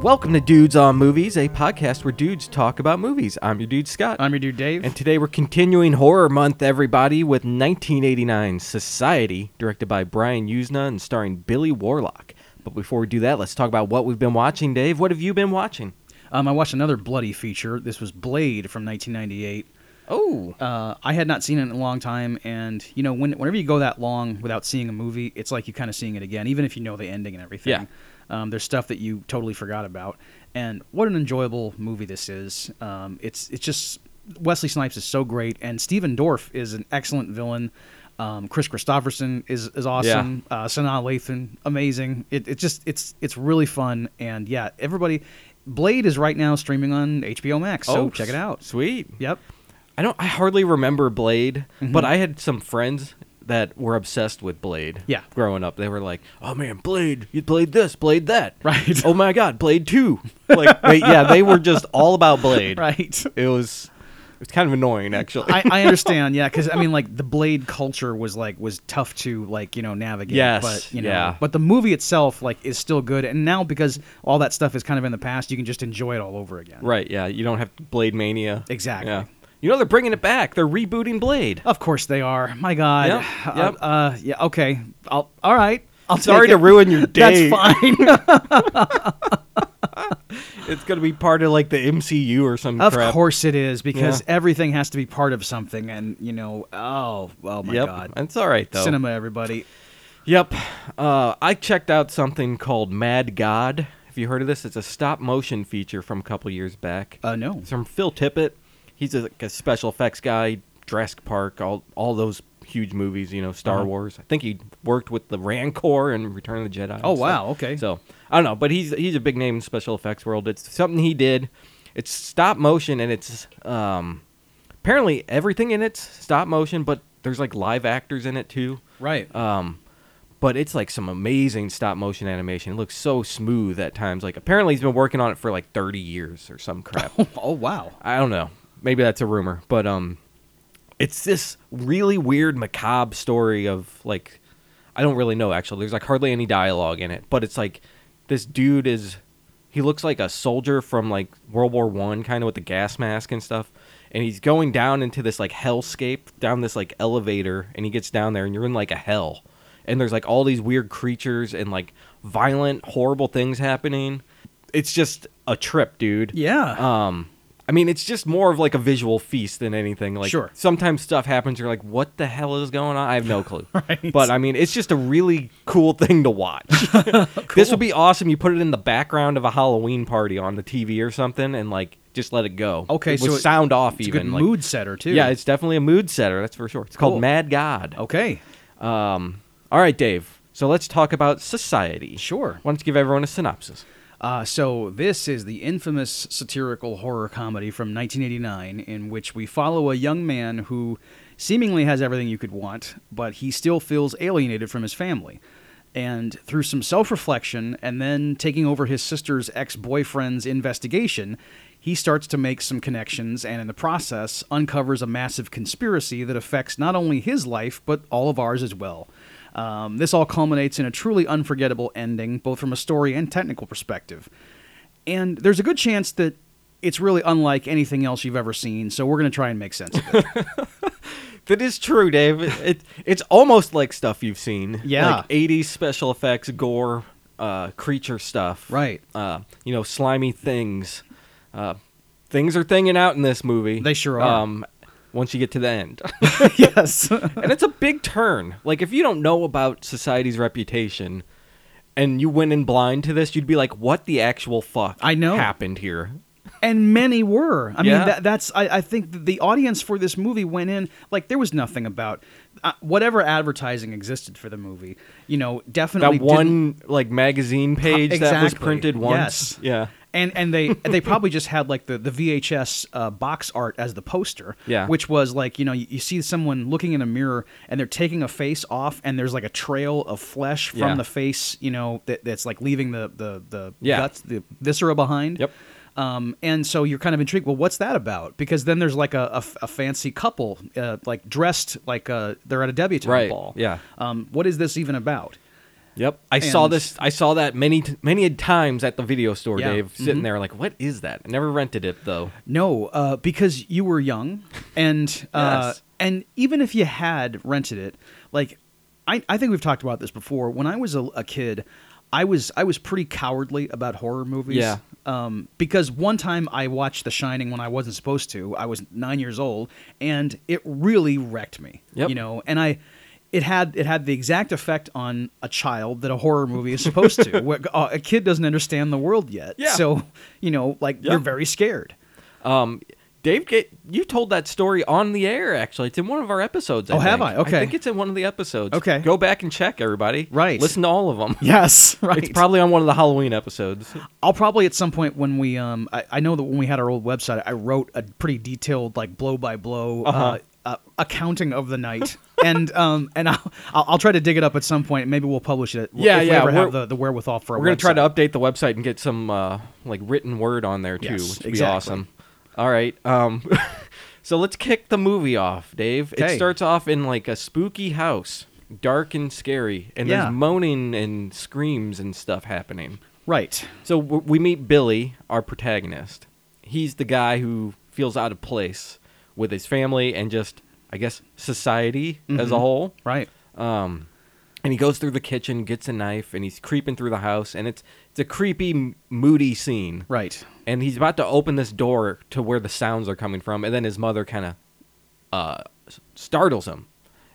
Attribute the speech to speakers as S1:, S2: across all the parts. S1: Welcome to Dudes on Movies, a podcast where dudes talk about movies. I'm your dude Scott.
S2: I'm your dude Dave.
S1: and today we're continuing horror month, everybody, with 1989 Society, directed by Brian Usna and starring Billy Warlock. But before we do that, let's talk about what we've been watching, Dave. What have you been watching?
S2: um, I watched another bloody feature. This was Blade from 1998.
S1: Oh,
S2: Uh, I had not seen it in a long time, and you know, when, whenever you go that long without seeing a movie, it's like you kind of seeing it again, even if you know the ending and everything.
S1: Yeah.
S2: Um, there's stuff that you totally forgot about, and what an enjoyable movie this is. Um, it's it's just Wesley Snipes is so great, and Stephen Dorff is an excellent villain. Um, Chris Christopherson is is awesome. Uh, Sanaa Lathan, amazing. It, it just it's it's really fun, and yeah, everybody. Blade is right now streaming on HBO Max, so
S1: oh,
S2: check it out.
S1: Sweet.
S2: Yep.
S1: I don't. I hardly remember Blade, but
S2: Mm-hmm.
S1: I had some friends that were obsessed with Blade.
S2: Yeah.
S1: growing up, they were like, "Oh man, Blade! You played this, Blade that,
S2: Right.
S1: Oh my God, Blade Two! Like, wait, yeah, they were just all about Blade.
S2: Right.
S1: It was. It's kind of annoying, actually.
S2: I, I understand, yeah, because I mean, like the Blade culture was like was tough to like you know navigate.
S1: Yes,
S2: but you know,
S1: yeah.
S2: but the movie itself like is still good, and now because all that stuff is kind of in the past, you can just enjoy it all over again.
S1: right? Yeah, you don't have Blade Mania.
S2: Exactly. Oh,
S1: Yeah. You know they're bringing it back. They're rebooting Blade.
S2: Of course they are. My God.
S1: Yep,
S2: Uh,
S1: yep.
S2: Uh, yeah. Okay. I'll. All right. I'll
S1: Sorry
S2: take
S1: to
S2: it.
S1: ruin your day.
S2: That's fine.
S1: It's gonna be part of like the MCU or some
S2: of
S1: crap.
S2: course it is because
S1: Yeah.
S2: everything has to be part of something, and you know. Oh. Oh my
S1: Yep.
S2: God.
S1: It's all right though.
S2: Cinema, everybody.
S1: Yep. Uh, I checked out something called Mad God. Have you heard of this? It's a stop motion feature from a couple years back.
S2: Uh, no.
S1: It's from Phil Tippett. He's a, like a special effects guy, Jurassic Park, all all those huge movies, you know, Star
S2: Uh-huh.
S1: Wars. I think he worked with the Rancor and Return of the Jedi. and
S2: Oh,
S1: stuff.
S2: wow, okay.
S1: So I don't know, but he's he's a big name in special effects world. It's something he did. It's stop motion and it's um apparently everything in it's stop motion, but there's like live actors in it too.
S2: Right.
S1: Um, but it's like some amazing stop motion animation. It looks so smooth at times. Like apparently he's been working on it for like 30 years or some crap.
S2: oh wow.
S1: I don't know. Maybe that's a rumor, but um, it's this really weird macabre story of like, I don't really know actually. There's like hardly any dialogue in it, but it's like this dude is, he looks like a soldier from like World War One, kind of with the gas mask and stuff, and he's going down into this like hellscape, down this like elevator, and he gets down there, and you're in like a hell, and there's like all these weird creatures and like violent, horrible things happening. It's just a trip, dude.
S2: Yeah.
S1: Um, I mean, it's just more of like a visual feast than anything. Like,
S2: Sure.
S1: sometimes stuff happens. You're like, what the hell is going on? I have no clue.
S2: Right.
S1: But I mean, it's just a really cool thing to watch. This would be awesome. You put it in the background of a Halloween party on the TV or something, and like just let it go.
S2: Okay,
S1: it
S2: so
S1: would
S2: it-
S1: sound off
S2: it's a
S1: even.
S2: good
S1: like-
S2: mood setter too.
S1: Yeah, it's definitely a mood setter. That's for sure. It's called
S2: Cool.
S1: Mad God.
S2: okay.
S1: Um, all right, Dave. So let's talk about society.
S2: Sure.
S1: Why don't you give everyone a synopsis?
S2: Uh, so this is the infamous satirical horror comedy from 1989, in which we follow a young man who seemingly has everything you could want, but he still feels alienated from his family. And through some self-reflection, and then taking over his sister's ex-boyfriend's investigation, he starts to make some connections, and in the process, uncovers a massive conspiracy that affects not only his life but all of ours as well. Um, this all culminates in a truly unforgettable ending, both from a story and technical perspective. And there's a good chance that it's really unlike anything else you've ever seen, so we're going to try and make sense of it.
S1: That is true, Dave. It, it it's almost like stuff you've seen.
S2: Yeah.
S1: Like 80s special effects, gore, uh, creature stuff.
S2: Right.
S1: Uh, you know, slimy things. Uh, things are thinging out in this movie.
S2: They sure are.
S1: Um, once you get to the end.
S2: yes.
S1: and it's a big turn. Like, if you don't know about society's reputation and you went in blind to this, you'd be like, what the actual fuck
S2: I know.
S1: happened here?
S2: and many were. I
S1: Yeah.
S2: mean, that, that's I, I think that the audience for this movie went in like there was nothing about uh, whatever advertising existed for the movie. You know,
S1: That
S2: definitely didn't-
S1: one, like, magazine page that was
S2: Exactly.
S1: printed once.
S2: Yes.
S1: Yeah.
S2: and and they they probably just had like the the VHS uh, box art as the poster,
S1: Yeah.
S2: which was like you know you, you see someone looking in a mirror and they're taking a face off and there's like a trail of flesh from
S1: Yeah.
S2: the face, you know that, that's like leaving the the the
S1: Yeah.
S2: guts, the viscera behind.
S1: Yep.
S2: Um, and so you're kind of intrigued. Well, what's that about? Because then there's like a, a f- a fancy couple, uh, like dressed like uh, they're at a debutante
S1: Right,
S2: ball.
S1: yeah.
S2: Um, what is this even about?
S1: Yep. I saw
S2: And-
S1: this. I saw that many t- many times at the video store,
S2: Yeah.
S1: Dave, sitting there like, what is that? I never rented it though.
S2: No, uh, because you were young, and uh,
S1: Yes.
S2: and even if you had rented it, like I, I think we've talked about this before. When I was a, a kid, I was I was pretty cowardly about horror movies.
S1: Yeah.
S2: Um, because one time I watched The Shining when I wasn't supposed to. I was nine years old, and it really wrecked me.
S1: Yep.
S2: You know, and I. It had it had the exact effect on a child that a horror movie is supposed to. Where- uh, a kid doesn't understand the world yet,
S1: Yeah.
S2: so you know, like
S1: Yeah.
S2: you're very scared.
S1: Um, Dave, get, you told that story on the air. Actually, it's in one of our episodes. I
S2: Oh, have
S1: think.
S2: I? Okay.
S1: I think it's in one of the episodes.
S2: Okay.
S1: Go back and check, everybody.
S2: Right.
S1: Listen to all of them.
S2: Yes, right.
S1: It's probably on one of the Halloween episodes.
S2: I'll probably at some point when we um I, I know that when we had our old website, I wrote a pretty detailed like blow by blow uh
S1: Uh-huh.
S2: uh, accounting of the night, and um and I'll, I'll I'll try to dig it up at some point. Maybe we'll publish it.
S1: Yeah,
S2: if
S1: yeah,
S2: We ever have
S1: we're-
S2: the, the wherewithal for. Our
S1: We're gonna try
S2: website.
S1: to update the website and get some uh, like written word on there too,
S2: Yes,
S1: which would be
S2: exactly.
S1: awesome. All right, um, so let's kick the movie off, Dave.
S2: Okay.
S1: It starts off in like a spooky house, dark and scary, and
S2: Yeah.
S1: there's moaning and screams and stuff happening.
S2: Right.
S1: So w- we meet Billy, our protagonist. He's the guy who feels out of place with his family and just, I guess, society as
S2: Mm-hmm.
S1: a whole.
S2: Right.
S1: Um, and he goes through the kitchen, gets a knife, and he's creeping through the house. And it's it's a creepy, m- moody scene.
S2: Right.
S1: And he's about to open this door to where the sounds are coming from, and then his mother kind of uh, s- startles him,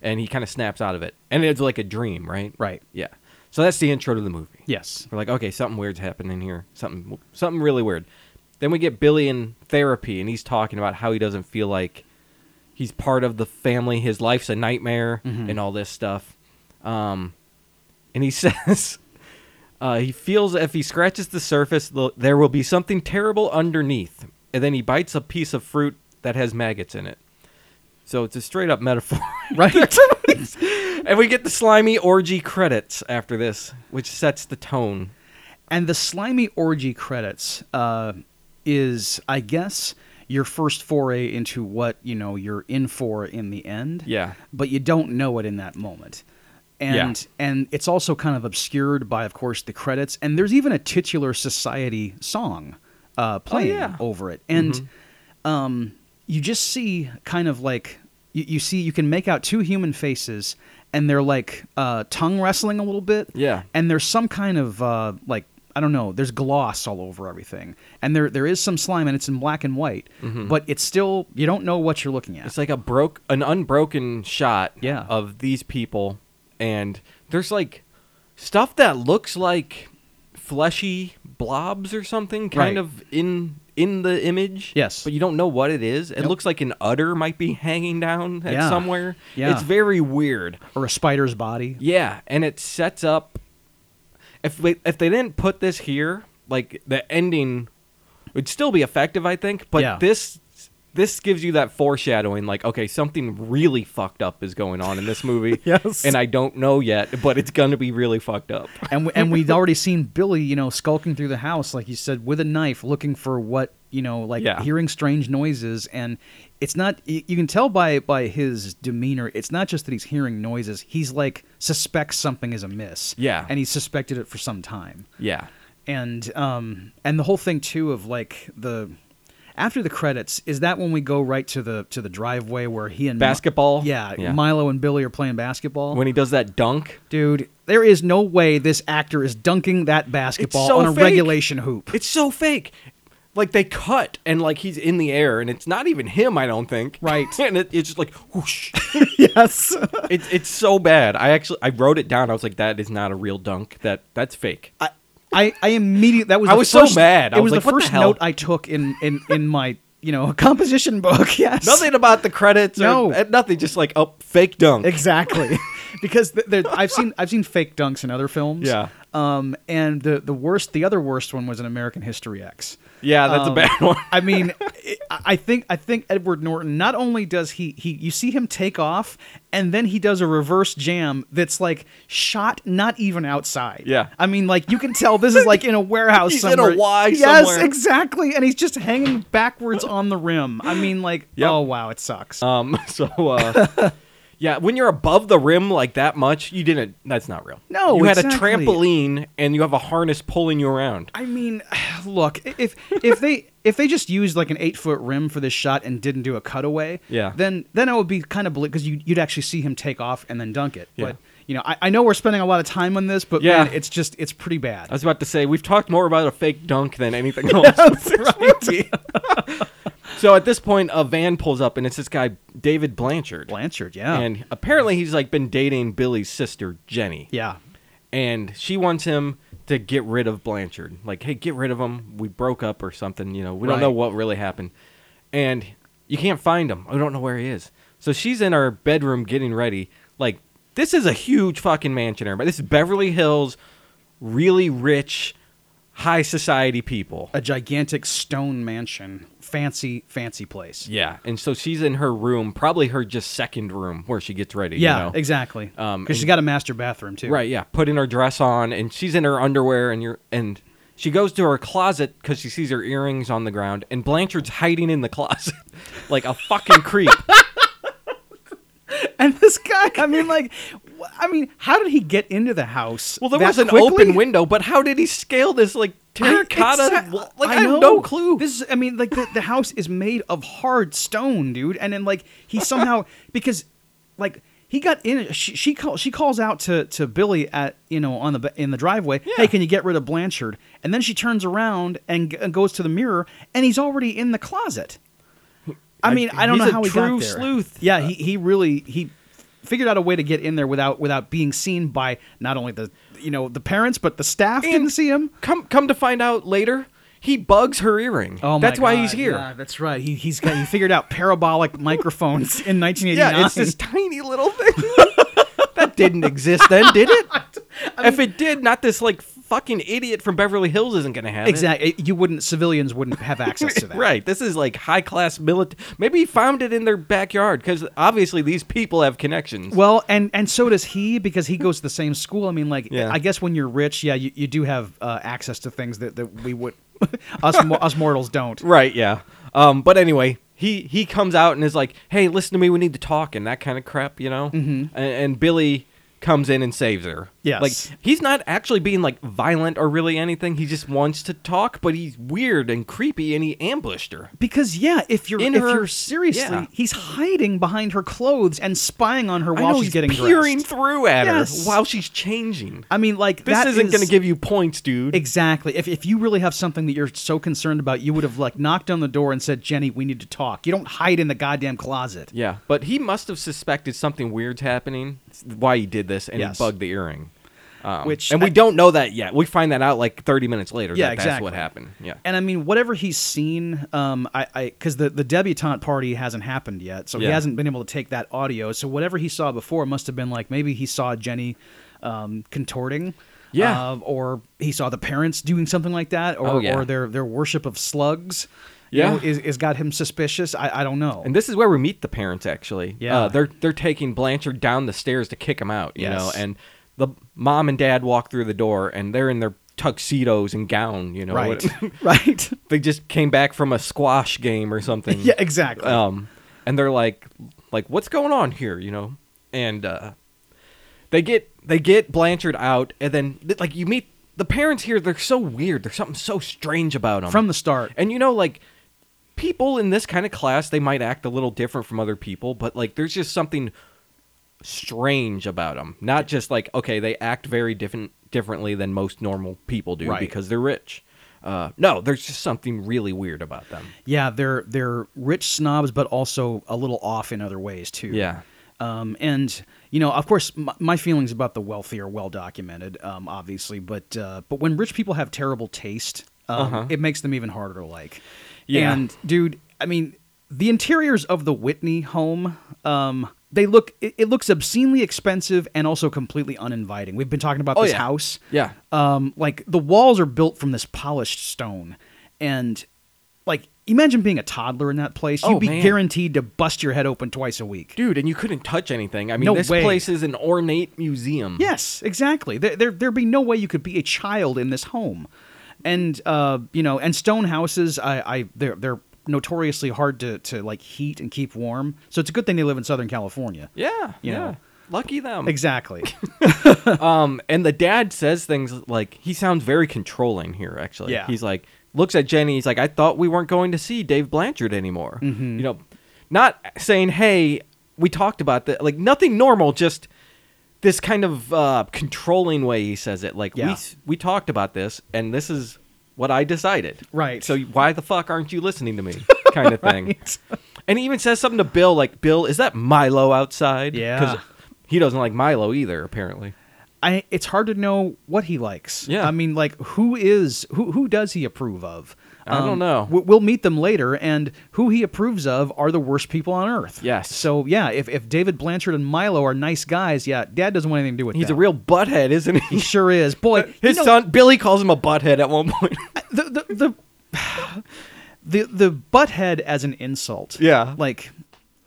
S1: and he kind of snaps out of it. And it's like a dream, right?
S2: Right.
S1: Yeah. So that's the intro to the movie.
S2: Yes.
S1: We're like, okay, something weird's happening here. Something something really weird. Then we get Billy in therapy and he's talking about how he doesn't feel like he's part of the family, his life's a nightmare and all this stuff. Um and he says uh, he feels if he scratches the surface, the- there will be something terrible underneath. And then he bites a piece of fruit that has maggots in it. So it's a straight up metaphor.
S2: Right.
S1: and we get the slimy orgy credits after this, which sets the tone.
S2: and the slimy orgy credits uh, is, I guess, your first foray into what you know you're in for in the end.
S1: Yeah.
S2: but you don't know it in that moment. And and it's also kind of obscured by, of course, the credits. And there's even a titular society song uh, playing
S1: Oh, yeah. Mm-hmm.
S2: over it. And um, you just see kind of like you, you see you can make out two human faces, and they're like uh, tongue wrestling a little bit.
S1: Yeah.
S2: And there's some kind of uh, like I don't know. There's gloss all over everything, and there there is some slime, and it's in black and white. But it's still you don't know what you're looking at.
S1: Mm-hmm. It's like a broke, an unbroken shot.
S2: Yeah.
S1: Of these people, and there's like stuff that looks like fleshy blobs or something, kind
S2: Right.
S1: of in in the image.
S2: Yes.
S1: But you don't know what it is. It
S2: Nope.
S1: looks like an udder might be hanging down at
S2: Yeah.
S1: somewhere.
S2: Yeah.
S1: It's very weird.
S2: or a spider's body.
S1: Yeah, and it sets up. If they, if they didn't put this here, like the ending would still be effective, I think. But
S2: Yeah.
S1: this this gives you that foreshadowing, like okay, something really fucked up is going on in this movie.
S2: Yes.
S1: and I don't know yet, but it's gonna be really fucked up.
S2: and we, and we'd already seen Billy, you know, skulking through the house, like you said, with a knife, looking for what you know, like
S1: Yeah.
S2: hearing strange noises. And it's not y- you can tell by by his demeanor, it's not just that he's hearing noises; he's like suspects something is amiss.
S1: Yeah.
S2: and he suspected it for some time.
S1: Yeah,
S2: And um and the whole thing too of like the after the credits is that when we go right to the to the driveway where he and Mi-
S1: basketball.
S2: yeah, Milo and Billy are playing basketball.
S1: when he does that dunk,
S2: Dude, there is no way this actor is dunking that basketball
S1: so
S2: on a
S1: fake.
S2: regulation hoop.
S1: it's so fake. Like they cut and like he's in the air and it's not even him, I don't think.
S2: Right.
S1: and it, it's just like whoosh.
S2: yes.
S1: It's it's so bad. I actually I wrote it down. I was like, that is not a real dunk. That that's fake.
S2: I, I, I immediately that was
S1: I
S2: the
S1: was so
S2: first-
S1: mad. I
S2: it
S1: was
S2: was,
S1: like,
S2: the
S1: what the
S2: first
S1: hell?
S2: note I took in in in my you know composition book. Yes.
S1: Nothing about the credits. or-
S2: No.
S1: eh, nothing. Just like oh, fake dunk.
S2: Exactly. because th- there, I've seen I've seen fake dunks in other films.
S1: Yeah.
S2: Um, and the the worst the other worst one was in American History X.
S1: yeah, that's a
S2: Um,
S1: bad one.
S2: I mean, I I think I think Edward Norton. Not only does he he you see him take off, and then he does a reverse jam that's like shot not even outside.
S1: Yeah.
S2: I mean, like you can tell this is like in a warehouse
S1: He's in a
S2: somewhere.
S1: Y
S2: yes,
S1: somewhere.
S2: exactly. And he's just hanging backwards on the rim. I mean, like
S1: Yep.
S2: oh wow, it sucks.
S1: Um. So. Uh, Yeah, when you're above the rim like that much, you didn't. That's not real.
S2: No,
S1: you had
S2: exactly.
S1: a trampoline and you have a harness pulling you around.
S2: I mean, look, if if they if they just used like an eight foot rim for this shot and didn't do a cutaway,
S1: Yeah.
S2: then then it would be kind of because you you'd actually see him take off and then dunk it.
S1: Yeah.
S2: But you know, I, I know we're spending a lot of time on this, but
S1: Yeah.
S2: man, it's just it's pretty
S1: I
S2: bad.
S1: was about to say we've talked more about a fake dunk than anything else. so at this point, a van pulls up and it's this guy David Blanchard,
S2: Blanchard, yeah,
S1: and apparently he's like been dating Billy's sister Jenny.
S2: yeah,
S1: and she wants him to get rid of Blanchard. Like, hey, get rid of him. We broke up or something. You know, we don't know
S2: Right.
S1: what really happened. And you can't find him. I don't know where he is. So she's in our bedroom getting ready. Like, this is a huge fucking mansion, everybody. This is Beverly Hills, really rich, high society people.
S2: a gigantic stone mansion, fancy fancy place.
S1: Yeah. And so she's in her room, probably her just second room where she gets ready. you
S2: Yeah,
S1: know?
S2: exactly. Because
S1: Um,
S2: she's got a master bathroom too.
S1: Right, yeah. Putting her dress on, and she's in her underwear, and you're and she goes to her closet because she sees her earrings on the ground, and Blanchard's hiding in the closet like a fucking creep.
S2: And this guy, I mean, like, wh- I mean, how did he get into the house?
S1: Well, there
S2: that
S1: was an
S2: quickly?
S1: open window, but how did he scale this like terracotta?
S2: I- exa-
S1: wall? like I, have no clue.
S2: This is, I mean, like the, the house is made of hard stone, dude. And then like he somehow because like he got in. She, she calls she calls out to to Billy at you know on the ba- in the driveway.
S1: Yeah.
S2: Hey, can you get rid of Blanchard? And then she turns around and, g- and goes to the mirror, and he's already in the closet. I
S1: I-
S2: mean, I don't
S1: he's
S2: know
S1: a
S2: how he got
S1: true
S2: there.
S1: sleuth.
S2: Yeah, he, he really he figured out a way to get in there without without being seen by not only the you know the parents but the staff didn't see him.
S1: Come, come to find out later, he bugs her earring.
S2: Oh, my
S1: that's why he's
S2: God,
S1: here.
S2: yeah, that's right. He, he's got he figured out parabolic microphones in 1989.
S1: Yeah, it's this tiny little thing. that didn't exist then, did it? if it did, not this like fucking idiot from Beverly Hills isn't gonna have it.
S2: exactly. You wouldn't civilians wouldn't have access to that.
S1: Right. This is like high class military. Maybe he found it in their backyard because obviously these people have connections.
S2: Well, and and so does he because he goes to the same school. I mean, like
S1: Yeah.
S2: I guess when you're rich, yeah, you, you do have uh, access to things that, that we would us mo- us mortals don't.
S1: right. Yeah. Um. But anyway, he he comes out and is like, "Hey, listen to me. We need to talk," and that kind of crap, you know. Mm-hmm. And, and Billy comes in and saves her.
S2: Yes.
S1: Like he's not actually being like violent or really anything. He just wants to talk, but he's weird and creepy, and he ambushed her.
S2: Because yeah, if you're
S1: In
S2: if
S1: her-
S2: you're seriously,
S1: yeah.
S2: he's hiding behind her clothes and spying on her
S1: I
S2: while
S1: know,
S2: she's
S1: he's
S2: getting
S1: peering
S2: dressed.
S1: through at
S2: Yes.
S1: her while she's changing.
S2: I mean, like
S1: This
S2: that
S1: isn't going
S2: is-
S1: to give you points, dude.
S2: Exactly. If, if you really have something that you're so concerned about, you would have like knocked on the door and said, "Jenny, we need to talk." You don't hide in the goddamn closet.
S1: Yeah, but he must have suspected something weird's happening. s- Why he did this, and
S2: Yes.
S1: he bugged the earring. Um,
S2: Which
S1: and we
S2: I-
S1: don't know that yet. We find that out like 30 minutes later.
S2: Yeah,
S1: that That's what
S2: exactly.
S1: happened. Yeah.
S2: And I mean, whatever he's seen, um, I, I, because the the debutante party hasn't happened yet, so he
S1: Yeah.
S2: hasn't been able to take that audio. So whatever he saw before must have been like maybe he saw Jenny, um, contorting.
S1: Yeah.
S2: uh, or he saw the parents doing something like that, or,
S1: Oh, yeah.
S2: or their their worship of slugs. you
S1: Yeah.
S2: know, is, is got him suspicious. I, I don't know.
S1: And this is where we meet the parents actually.
S2: Yeah.
S1: Uh, they're they're taking Blanchard down the stairs to kick him out, you know,
S2: Yes.
S1: and the mom and dad walk through the door and they're in their tuxedos and gown, you know.
S2: right,
S1: what-
S2: right.
S1: they just came back from a squash game or something.
S2: Yeah, exactly.
S1: um, and they're like, like, what's going on here, you know? And uh, they get they get Blanchard out, and then th- like you meet the parents here. They're so weird. There's something so strange about them
S2: From the start.
S1: And you know, like people in this kind of class, they might act a little different from other people, but like there's just something strange about them. Not just like okay, they act very different differently than most normal people do
S2: Right.
S1: because they're rich. Uh, no, there's just something really weird about them.
S2: Yeah, they're they're rich snobs, but also a little off in other ways too.
S1: Yeah.
S2: Um, and you know, of course, my, my feelings about the wealthy are well documented, um, obviously. But uh, but when rich people have terrible taste, um, it makes them even harder to like.
S1: Uh-huh. Yeah.
S2: And dude, I mean, the interiors of the Whitney home, um, they look it, it looks obscenely expensive and also completely uninviting. We've been talking about
S1: Oh,
S2: this
S1: yeah.
S2: house.
S1: Yeah.
S2: um, like the walls are built from this polished stone, and like imagine being a toddler in that place. You'd
S1: Oh,
S2: be
S1: man.
S2: guaranteed to bust your head open twice a week.
S1: Dude, and you couldn't touch anything. I mean,
S2: No
S1: this
S2: way.
S1: place is an ornate museum.
S2: Yes, exactly. There, there, there'd be no way you could be a child in this home, and uh, you know, and stone houses. I, I, they're they're notoriously hard to, to like heat and keep warm. So it's a good thing they live in Southern California.
S1: Yeah,
S2: You
S1: yeah.
S2: know.
S1: Lucky them.
S2: Exactly.
S1: Um, and the dad says things like he sounds very controlling here. Actually,
S2: Yeah.
S1: He's like looks at Jenny. He's like, I thought we weren't going to see Dave Blanchard anymore.
S2: Mm-hmm.
S1: You know, not saying, hey, we talked about that. Like nothing normal. Just this kind of uh, controlling way he says it. Like we
S2: Yeah.
S1: s- we talked about this, and this is what I decided.
S2: Right.
S1: So why the fuck aren't you listening to me? Kind of thing. And he even says something to Bill, like, Bill, is that Milo outside? 'Cause
S2: Yeah.
S1: He doesn't like Milo either, apparently.
S2: I it's hard to know what he likes.
S1: Yeah.
S2: I mean, like who is who who does he approve of? Um,
S1: I don't know.
S2: we- We'll meet them later, and who he approves of are the worst people on earth.
S1: Yes.
S2: So yeah, if, if David Blanchard and Milo are nice guys, yeah, Dad doesn't want anything to do with
S1: He's a
S2: them.
S1: real butthead, isn't
S2: He
S1: he?
S2: sure is. Boy, you
S1: His
S2: know,
S1: son Billy calls him a butthead at one point.
S2: the the the the, the butthead as an insult.
S1: Yeah.
S2: Like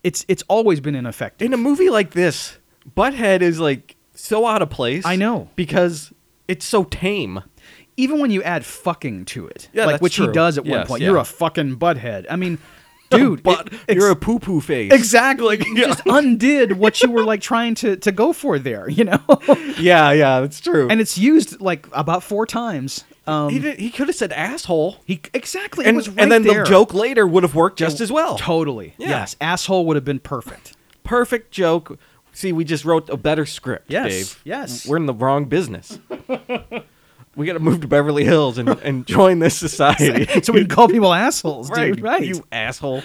S2: it's it's always been ineffective.
S1: In a movie like this, butthead is like so out of place.
S2: I know.
S1: because it's so tame.
S2: Even when you add fucking to it.
S1: Yeah,
S2: like
S1: that's
S2: which he
S1: true.
S2: does at one
S1: Yes,
S2: point.
S1: yeah.
S2: You're a fucking butthead. I mean, dude,
S1: but
S2: it- ex-
S1: you're a poo poo face.
S2: Exactly. You just undid what you were like trying to to go for there, you know.
S1: yeah, yeah, that's true.
S2: and it's used like about four times. Um,
S1: he
S2: he,
S1: did, he could have said asshole,
S2: exactly.
S1: and
S2: it was right
S1: and then
S2: there.
S1: the joke later would have worked just as well.
S2: Totally.
S1: Yeah.
S2: Yes. Asshole would have been perfect.
S1: Perfect joke. See, we just wrote a better script.
S2: Yes,
S1: Dave.
S2: yes.
S1: We're in the wrong business. we got to move to Beverly Hills and, and join this society.
S2: so we can call people assholes, dude. Right.
S1: You asshole.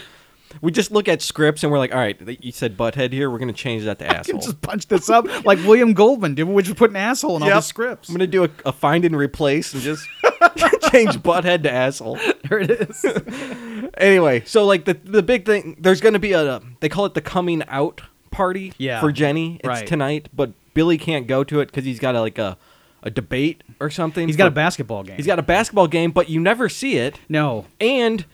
S1: We just look at scripts and we're like, all right, th- you said butthead here. We're going to change that to
S2: You
S1: asshole.
S2: can just punch this up like William Goldman did, which put an asshole in all the
S1: Yep.
S2: scripts.
S1: I'm going to do a, a find and replace and just change butthead to asshole.
S2: There it is.
S1: Anyway, so like the the big thing, there's going to be a, they call it the coming out party
S2: Yeah.
S1: for Jenny. It's
S2: Right.
S1: tonight, but Billy can't go to it because he's got a, like a, a debate or something.
S2: He's got a
S1: for-
S2: basketball game.
S1: He's got a basketball game, but you never see it.
S2: no.
S1: And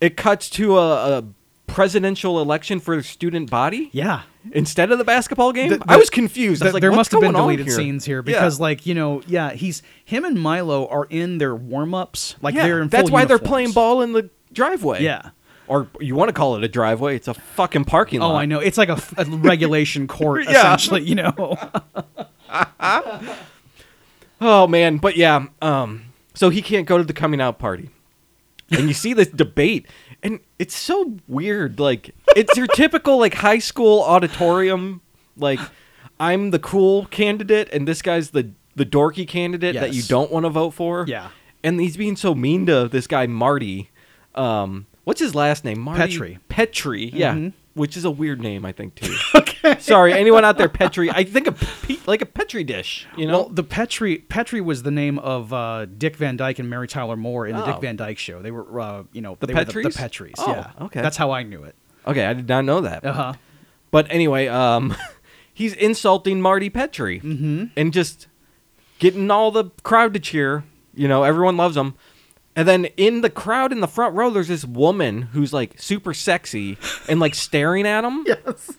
S1: it cuts to a, a presidential election for the student body.
S2: Yeah.
S1: instead of the basketball game?
S2: The- the-
S1: I was confused. I was
S2: Th-
S1: like,
S2: there
S1: "What's
S2: must have been
S1: going on
S2: deleted scenes here because, like, you know, yeah, he's him and Milo are in their warm ups. Like,
S1: yeah,
S2: they're in
S1: that's
S2: full
S1: why they're
S2: uniforms.
S1: playing ball in the driveway.
S2: Yeah.
S1: or you want to call it a driveway? It's a fucking parking lot.
S2: Oh, I know. It's like a, f- a regulation court,
S1: Yeah.
S2: essentially. You know.
S1: Oh man, but yeah. Um, so he can't go to the coming out party, and you see this debate, and it's so weird. Like it's your typical like high school auditorium. Like I'm the cool candidate, and this guy's the the dorky candidate that you
S2: Yes.
S1: don't want to vote for.
S2: Yeah.
S1: and he's being so mean to this guy Marty. Um, what's his last name? Marty
S2: Petrie.
S1: Petrie. Yeah.
S2: Mhm.
S1: Which is a weird name, I think, too. okay. Sorry, anyone out there, Petri? I think of pe- like a Petri dish. You know,
S2: Well, the Petri Petri was the name of uh, Dick Van Dyke and Mary Tyler Moore in the
S1: Oh.
S2: Dick Van Dyke show. They were, uh, you know,
S1: The
S2: they were the, the
S1: Petries?
S2: Petries.
S1: Oh,
S2: yeah.
S1: okay.
S2: That's how I knew it.
S1: Okay, I did not know that.
S2: Uh huh.
S1: But anyway, um, he's insulting Marty Petrie
S2: Mm-hmm.
S1: and just getting all the crowd to cheer. You know, everyone loves him. And then in the crowd in the front row, there's this woman who's like super sexy and like staring at him.
S2: Yes.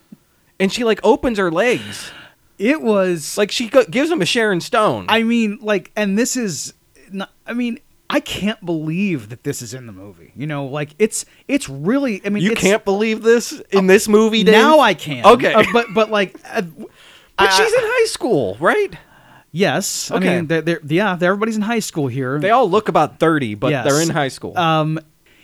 S1: And she like opens her legs,
S2: It was
S1: like she go- gives him a Sharon Stone.
S2: I mean, like, and this is, not, I mean, I can't believe that this is in the movie. You know, like it's it's really. I mean,
S1: you
S2: it's-
S1: can't believe this in this movie. Dave?
S2: now. I can.
S1: Okay,
S2: Uh,
S1: but,
S2: but but like, uh,
S1: she's in high school, right?
S2: yes.
S1: Okay.
S2: I mean, they're, they're yeah, they're- everybody's in high school here.
S1: They all look about thirty, but
S2: Yes.
S1: they're in high school.
S2: Um,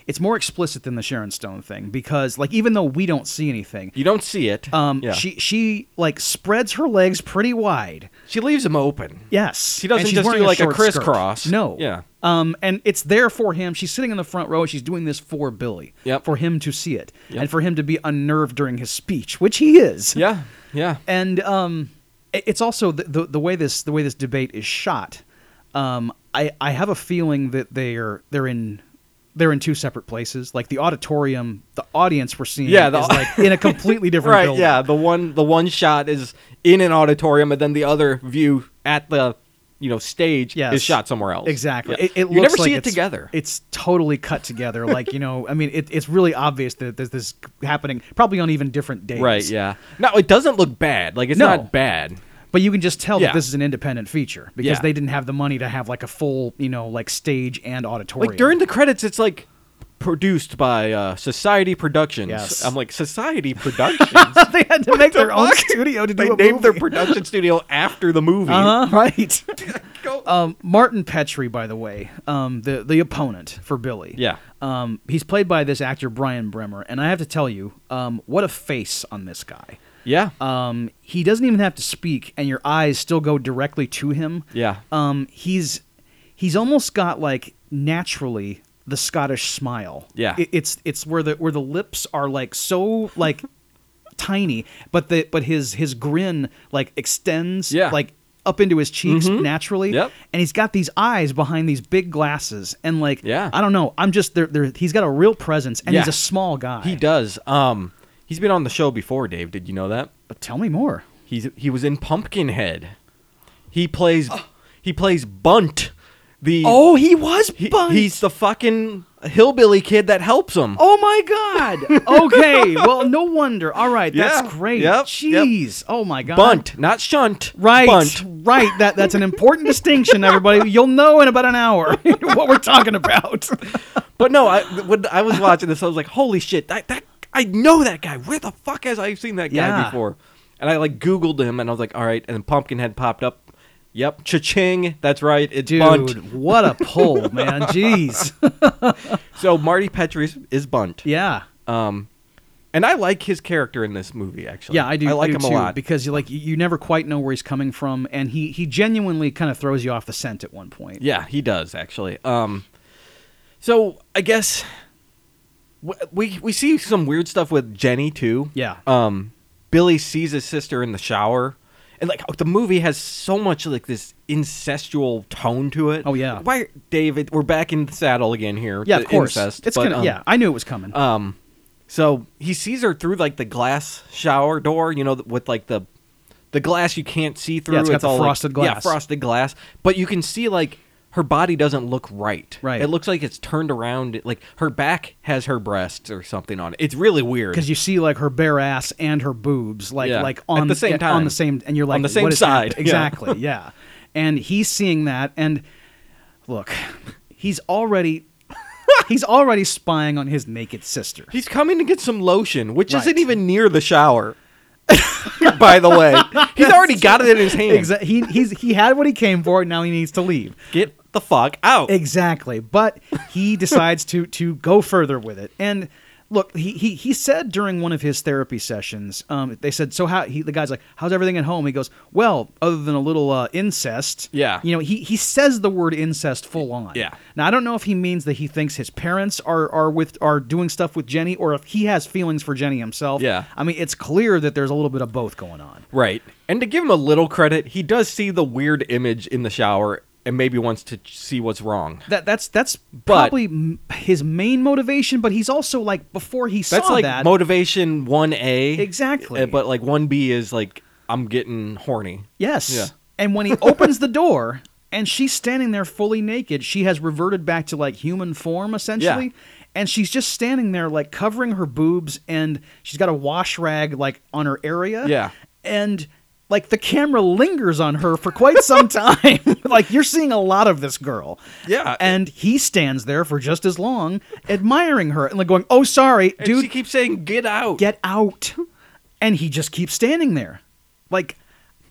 S2: it's more explicit than the Sharon Stone thing because, like, even though we don't see anything,
S1: you don't see it.
S2: um,
S1: Yeah.
S2: she she like spreads her legs pretty wide.
S1: she leaves him open.
S2: Yes,
S1: She doesn't
S2: And she's
S1: just do,
S2: wearing
S1: like, a
S2: short skirt.
S1: crisscross.
S2: No,
S1: Yeah.
S2: um, and it's there for him. She's sitting in the front row. She's doing this for Billy,
S1: Yep.
S2: for him to see it,
S1: Yep.
S2: and for him to be unnerved during his speech, which he is.
S1: Yeah, yeah.
S2: and um, i- it's also the, the the way this the way this debate is shot. Um, I I have a feeling that they're they're in they're in two separate places. Like the auditorium, the audience we're seeing
S1: Yeah, the-
S2: is like in a completely different
S1: right,
S2: building.
S1: yeah. The one the one shot is in an auditorium, and then the other view at the you know stage
S2: Yes.
S1: is shot somewhere else.
S2: Exactly.
S1: Yeah.
S2: It, it
S1: you
S2: looks
S1: never
S2: like
S1: see it
S2: it's-
S1: together.
S2: It's totally cut together. like you know, I mean, it, it's really obvious that there's this happening probably on even different days.
S1: right, yeah. No, it doesn't look bad. Like it's
S2: No.
S1: not bad.
S2: But you can just tell
S1: Yeah.
S2: that this is an independent feature because
S1: Yeah.
S2: they didn't have the money to have like a full, you know, like stage and auditorium.
S1: Like during the credits, it's like produced by uh, Society Productions.
S2: Yes.
S1: I'm like Society Productions.
S2: they had to make their own
S1: fuck?
S2: studio to do
S1: they
S2: a
S1: named their
S2: movie.
S1: production studio after the movie.
S2: Uh huh. Right.
S1: Go-
S2: um, Martin Petrie, by the way, um, the the opponent for Billy.
S1: Yeah.
S2: Um, he's played by this actor Brian Bremer, and I have to tell you, um, what a face on this guy.
S1: yeah.
S2: Um, he doesn't even have to speak, and your eyes still go directly to him.
S1: Yeah.
S2: Um, he's he's almost got like naturally the Scottish smile.
S1: Yeah.
S2: It- it's it's where the where the lips are like so like tiny, but the but his his grin like extends
S1: Yeah. Mm-hmm.
S2: like up into his cheeks naturally.
S1: Yep.
S2: And he's got these eyes behind these big glasses, and like
S1: Yeah.
S2: I don't know. I'm just there. There he's got a real presence, and he's
S1: Yeah.
S2: a small guy.
S1: he does. Um, he's been on the show before, Dave. Did you know that?
S2: But tell me more.
S1: He's he was in Pumpkinhead. He plays he plays Bunt. The
S2: Oh, he was
S1: Oh, he- he's the fucking hillbilly kid that helps him.
S2: Oh my God! Okay, well, no wonder. All right,
S1: Yeah,
S2: that's great.
S1: yep, yep.
S2: Jeez! Oh my God!
S1: Bunt, not shunt.
S2: Right,
S1: Bunt.
S2: right. That that's an important distinction, everybody. You'll know in about an hour what we're talking about.
S1: But no, I when I was watching this, I was like, "Holy shit! That, that I know that guy. Where the fuck has I seen that guy
S2: Yeah.
S1: before?" And I like Googled him, and I was like, "All right." And then Pumpkinhead popped up. Yep, cha-ching. That's right. It's
S2: Dude,
S1: Bunt.
S2: what a pull, man! Jeez.
S1: So Marty Petrie is- is Bunt.
S2: Yeah,
S1: Um, and I like his character in this movie. Actually,
S2: yeah. I do.
S1: I like
S2: do
S1: him
S2: too,
S1: a lot.
S2: because you like you, you never quite know where he's coming from, and he he genuinely kind of throws you off the scent at one point.
S1: Yeah, he does actually. Um, so I guess w- we we see some weird stuff with Jenny too.
S2: Yeah.
S1: Um, Billy sees his sister in the shower, and like the movie has so much like this incestual tone to it.
S2: Oh, yeah.
S1: Why, David? We're back in the saddle again here.
S2: yeah.
S1: the
S2: Of course,
S1: incest,
S2: it's
S1: but,
S2: gonna.
S1: um,
S2: yeah, I knew it was coming.
S1: Um, so he sees her through like the glass shower door, you know, th- with like the the glass you can't see through.
S2: it's got the
S1: all like-
S2: frosted
S1: Yeah,
S2: glass.
S1: frosted glass. But you can see like her body doesn't look right.
S2: Right.
S1: It looks like it's turned around. Like her back has her breasts or something on it. It's really weird.
S2: because you see like her bare ass and her boobs like
S1: Yeah.
S2: like
S1: At
S2: on
S1: the same
S2: yeah, on
S1: time.
S2: the same and you're like
S1: On the same
S2: what is
S1: side,
S2: happening?
S1: yeah.
S2: exactly yeah and he's seeing that and look he's already he's already spying on his naked sister
S1: He's coming to get some lotion, which
S2: Right.
S1: isn't even near the shower. By the way, he's already got it in his hand.
S2: Exa- he he's he had what he came for now he needs to leave
S1: Get the fuck out.
S2: Exactly. But he decides to to go further with it. And look, he he he said during one of his therapy sessions, um, they said, so how he the guy's like, how's everything at home? He goes, well, other than a little uh, incest.
S1: Yeah.
S2: You know, he he says the word incest full on.
S1: Yeah.
S2: Now I don't know if he means that he thinks his parents are are with are doing stuff with Jenny, or if he has feelings for Jenny himself.
S1: Yeah.
S2: I mean, it's clear that there's a little bit of both going on.
S1: Right. And to give him a little credit, he does see the weird image in the shower and maybe wants to ch- see what's wrong.
S2: That that's that's probably m- his main motivation, but he's also like before he
S1: That's
S2: saw
S1: like
S2: that.
S1: motivation 1A.
S2: Exactly.
S1: Uh, But like 1B is like, I'm getting horny.
S2: Yes.
S1: Yeah.
S2: And when he opens the door and she's standing there fully naked, she has reverted back to like human form essentially. And she's just standing there like covering her boobs and she's got a wash rag like on her area.
S1: Yeah.
S2: And like the camera lingers on her for quite some time. like you're seeing a lot of this girl.
S1: Yeah.
S2: And he stands there for just as long admiring her and like going, "Oh, sorry,
S1: And
S2: dude,
S1: she keeps saying, get out.
S2: get out and he just keeps standing there like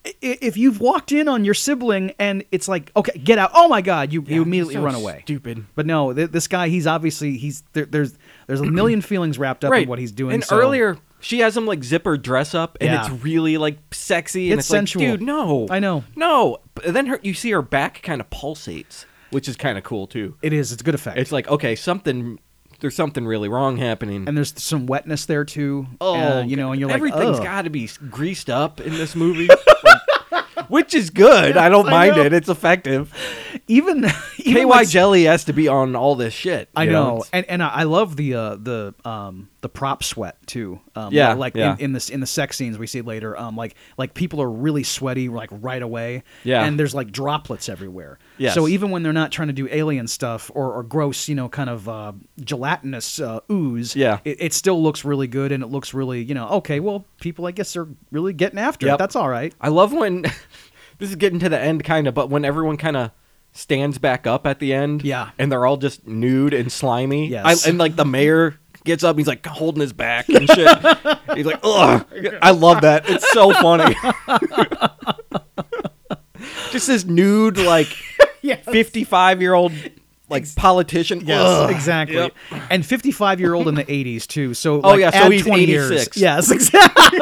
S2: i- if you've walked in on your sibling and it's like okay get out oh my god you,
S1: Yeah,
S2: you
S1: he's
S2: immediately
S1: so
S2: run away
S1: Stupid.
S2: but no th- this guy he's obviously he's there, there's there's a million feelings wrapped up
S1: Right.
S2: in what he's doing
S1: And
S2: so-
S1: earlier, she has him like zipper dress up and
S2: Yeah.
S1: it's really like sexy and
S2: It's
S1: it's, like,
S2: sensual.
S1: dude, no.
S2: I know.
S1: No. But then her, you see her back kind of pulsates, which is kind of cool too.
S2: it is it's good effect
S1: It's like, okay, something, there's something really wrong happening.
S2: and there's some wetness there too
S1: Oh,
S2: uh, you know and you're
S1: everything's
S2: like "Ugh."
S1: got to be s- greased up in this movie, which is good. I don't
S2: I
S1: mind
S2: know.
S1: it; it's effective.
S2: even,
S1: KY
S2: even like,
S1: jelly has to be on all this shit.
S2: I
S1: you
S2: know,
S1: It's-
S2: and and I I love the uh, the um the prop sweat too. Um,
S1: Yeah,
S2: like
S1: yeah.
S2: In, in this in the sex scenes we see later, um, like like people are really sweaty like right away.
S1: Yeah.
S2: and there's like droplets everywhere.
S1: Yes.
S2: So even when they're not trying to do alien stuff or, or gross, you know, kind of uh, gelatinous uh, ooze,
S1: Yeah.
S2: it, it still looks really good and it looks really you know okay. Well, people I guess are really getting after it.
S1: Yep.
S2: That's all right.
S1: I love when this is getting to the end, kind of, but when everyone kind of stands back up at the end.
S2: Yeah.
S1: And they're all just nude and slimy.
S2: Yes.
S1: I, and like the mayor gets up, he's like holding his back and shit. he's like, ugh. I love that. It's so funny. just this nude, like
S2: Yes.
S1: 55 year old like politician.
S2: Yes,
S1: Ugh.
S2: exactly.
S1: Yep.
S2: And 55 year old in the 80s too. So
S1: Oh,
S2: like,
S1: yeah, so
S2: add
S1: he's
S2: 20 years.
S1: 86.
S2: Yes, exactly.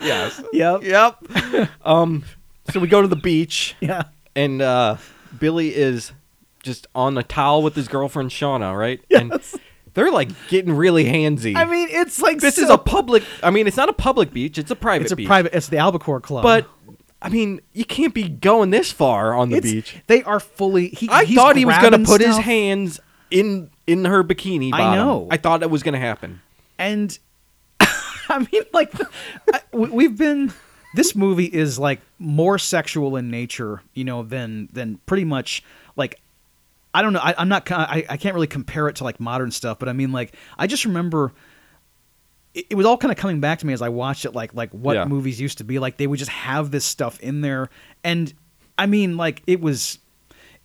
S1: Yes.
S2: yep.
S1: Yep. um, so we go to the beach.
S2: Yeah.
S1: and uh, Billy is just on a towel with his girlfriend Shauna, right? And they're like getting really handsy.
S2: I mean, it's like
S1: this
S2: so-
S1: is a public. I mean, it's not a public beach; it's a private.
S2: it's a
S1: beach.
S2: private. It's the Albacore Club.
S1: But I mean, you can't be going this far on the
S2: It's-
S1: beach.
S2: They are fully. He,
S1: I
S2: he's
S1: thought he was
S2: grabbing
S1: gonna put his
S2: stuff,
S1: hands in in her bikini.
S2: I
S1: Bottom.
S2: know.
S1: I thought that was gonna happen.
S2: and I mean, like, I, we- we've been. This movie is like more sexual in nature, you know, than than pretty much like. I don't know. I, I'm not. co- I, I can't really compare it to like modern stuff, but I mean, like, I just remember. It it was all kind of coming back to me as I watched it, like like what
S1: Yeah.
S2: movies used to be like. They would just have this stuff in there, and I mean, like it was,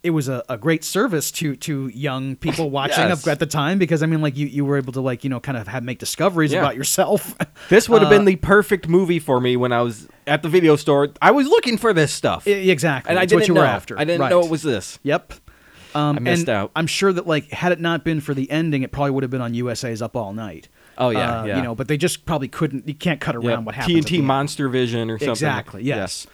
S2: it was a, a great service to to young people watching
S1: Yes.
S2: at the time because I mean, like you you were able to like you know kind of have make discoveries
S1: Yeah.
S2: about yourself.
S1: This would have
S2: Uh,
S1: been the perfect movie for me when I was at the video store. I was looking for this stuff,
S2: I- E, exactly,
S1: and I
S2: It's
S1: didn't
S2: what you
S1: know.
S2: were after.
S1: I didn't
S2: Right.
S1: know it was this.
S2: Yep. Um,
S1: I missed
S2: and
S1: out.
S2: I'm sure that like had it not been for the ending, it probably would have been on USA's Up All Night.
S1: Oh, yeah,
S2: Uh,
S1: yeah.
S2: you know, but they just probably couldn't. You can't cut around
S1: Yeah,
S2: what happened.
S1: TNT Monster Vision or something.
S2: Exactly. Yes.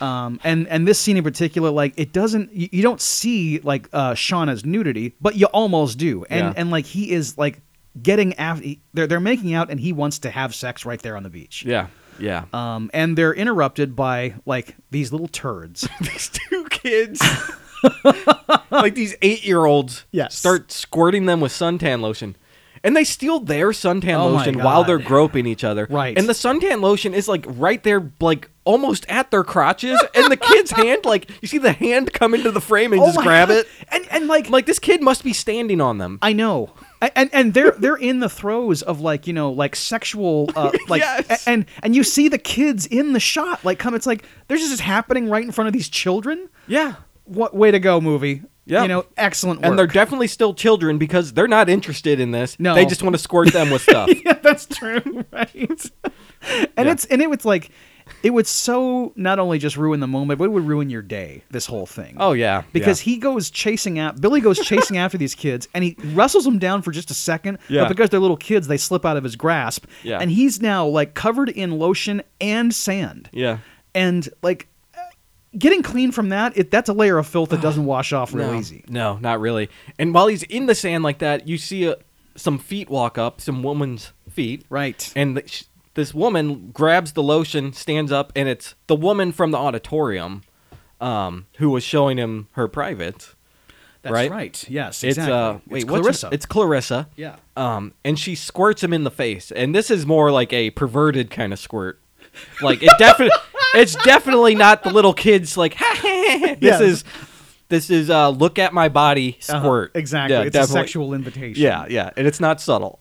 S2: Um, and and this scene in particular, like it doesn't, you, you don't see like uh, Shauna's nudity, but you almost do, and
S1: Yeah.
S2: and like he is like getting after they're they're making out, and he wants to have sex right there on the beach.
S1: Yeah. Yeah.
S2: Um, and they're interrupted by like these little turds.
S1: these two kids, like these eight year olds,
S2: Yes.
S1: start squirting them with suntan lotion. And they steal their suntan
S2: Oh my
S1: lotion while
S2: God.
S1: they're groping each other.
S2: Right.
S1: And the suntan lotion is like right there, like almost at their crotches. and the kid's hand, like you see the hand come into the frame and
S2: Oh
S1: just
S2: my
S1: grab
S2: God.
S1: it.
S2: and and like
S1: Like this kid must be standing on them.
S2: I know. A- And and they're they're in the throes of like you know like sexual uh, like
S1: Yes.
S2: a- and and you see the kids in the shot like come it's like there's just happening right in front of these children.
S1: yeah.
S2: What way to go movie?
S1: Yeah.
S2: you know excellent work.
S1: And they're definitely still children because they're not interested in this.
S2: No.
S1: They just want to squirt them with stuff.
S2: yeah, that's true, right? and it's and it was like it would so not only just ruin the moment, but it would ruin your day. This whole thing.
S1: Oh, yeah,
S2: because
S1: yeah.
S2: he goes chasing out. Billy goes chasing after these kids, and he wrestles them down for just a second.
S1: Yeah.
S2: but because they're little kids, they slip out of his grasp.
S1: Yeah.
S2: and he's now like covered in lotion and sand.
S1: Yeah.
S2: and like. Getting clean from that, it, that's a layer of filth that doesn't wash off real
S1: no,
S2: easy.
S1: No, not really. And while he's in the sand like that, you see uh some feet walk up, some woman's feet.
S2: Right.
S1: And th- sh- this woman grabs the lotion, stands up, and it's the woman from the auditorium um, who was showing him her private.
S2: That's
S1: right.
S2: Yes,
S1: It's
S2: exactly.
S1: uh, wait,
S2: it's
S1: what's her-
S2: Clarissa.
S1: it's Clarissa.
S2: Yeah.
S1: Um, and she squirts him in the face, and this is more like a perverted kind of squirt. Like it definitely, it's definitely not the little kids. Like this
S2: Yes.
S1: is, this is uh, look at my body
S2: Uh-huh,
S1: squirt.
S2: Exactly.
S1: Yeah,
S2: it's
S1: definitely.
S2: a sexual invitation.
S1: Yeah, yeah, and it's not subtle.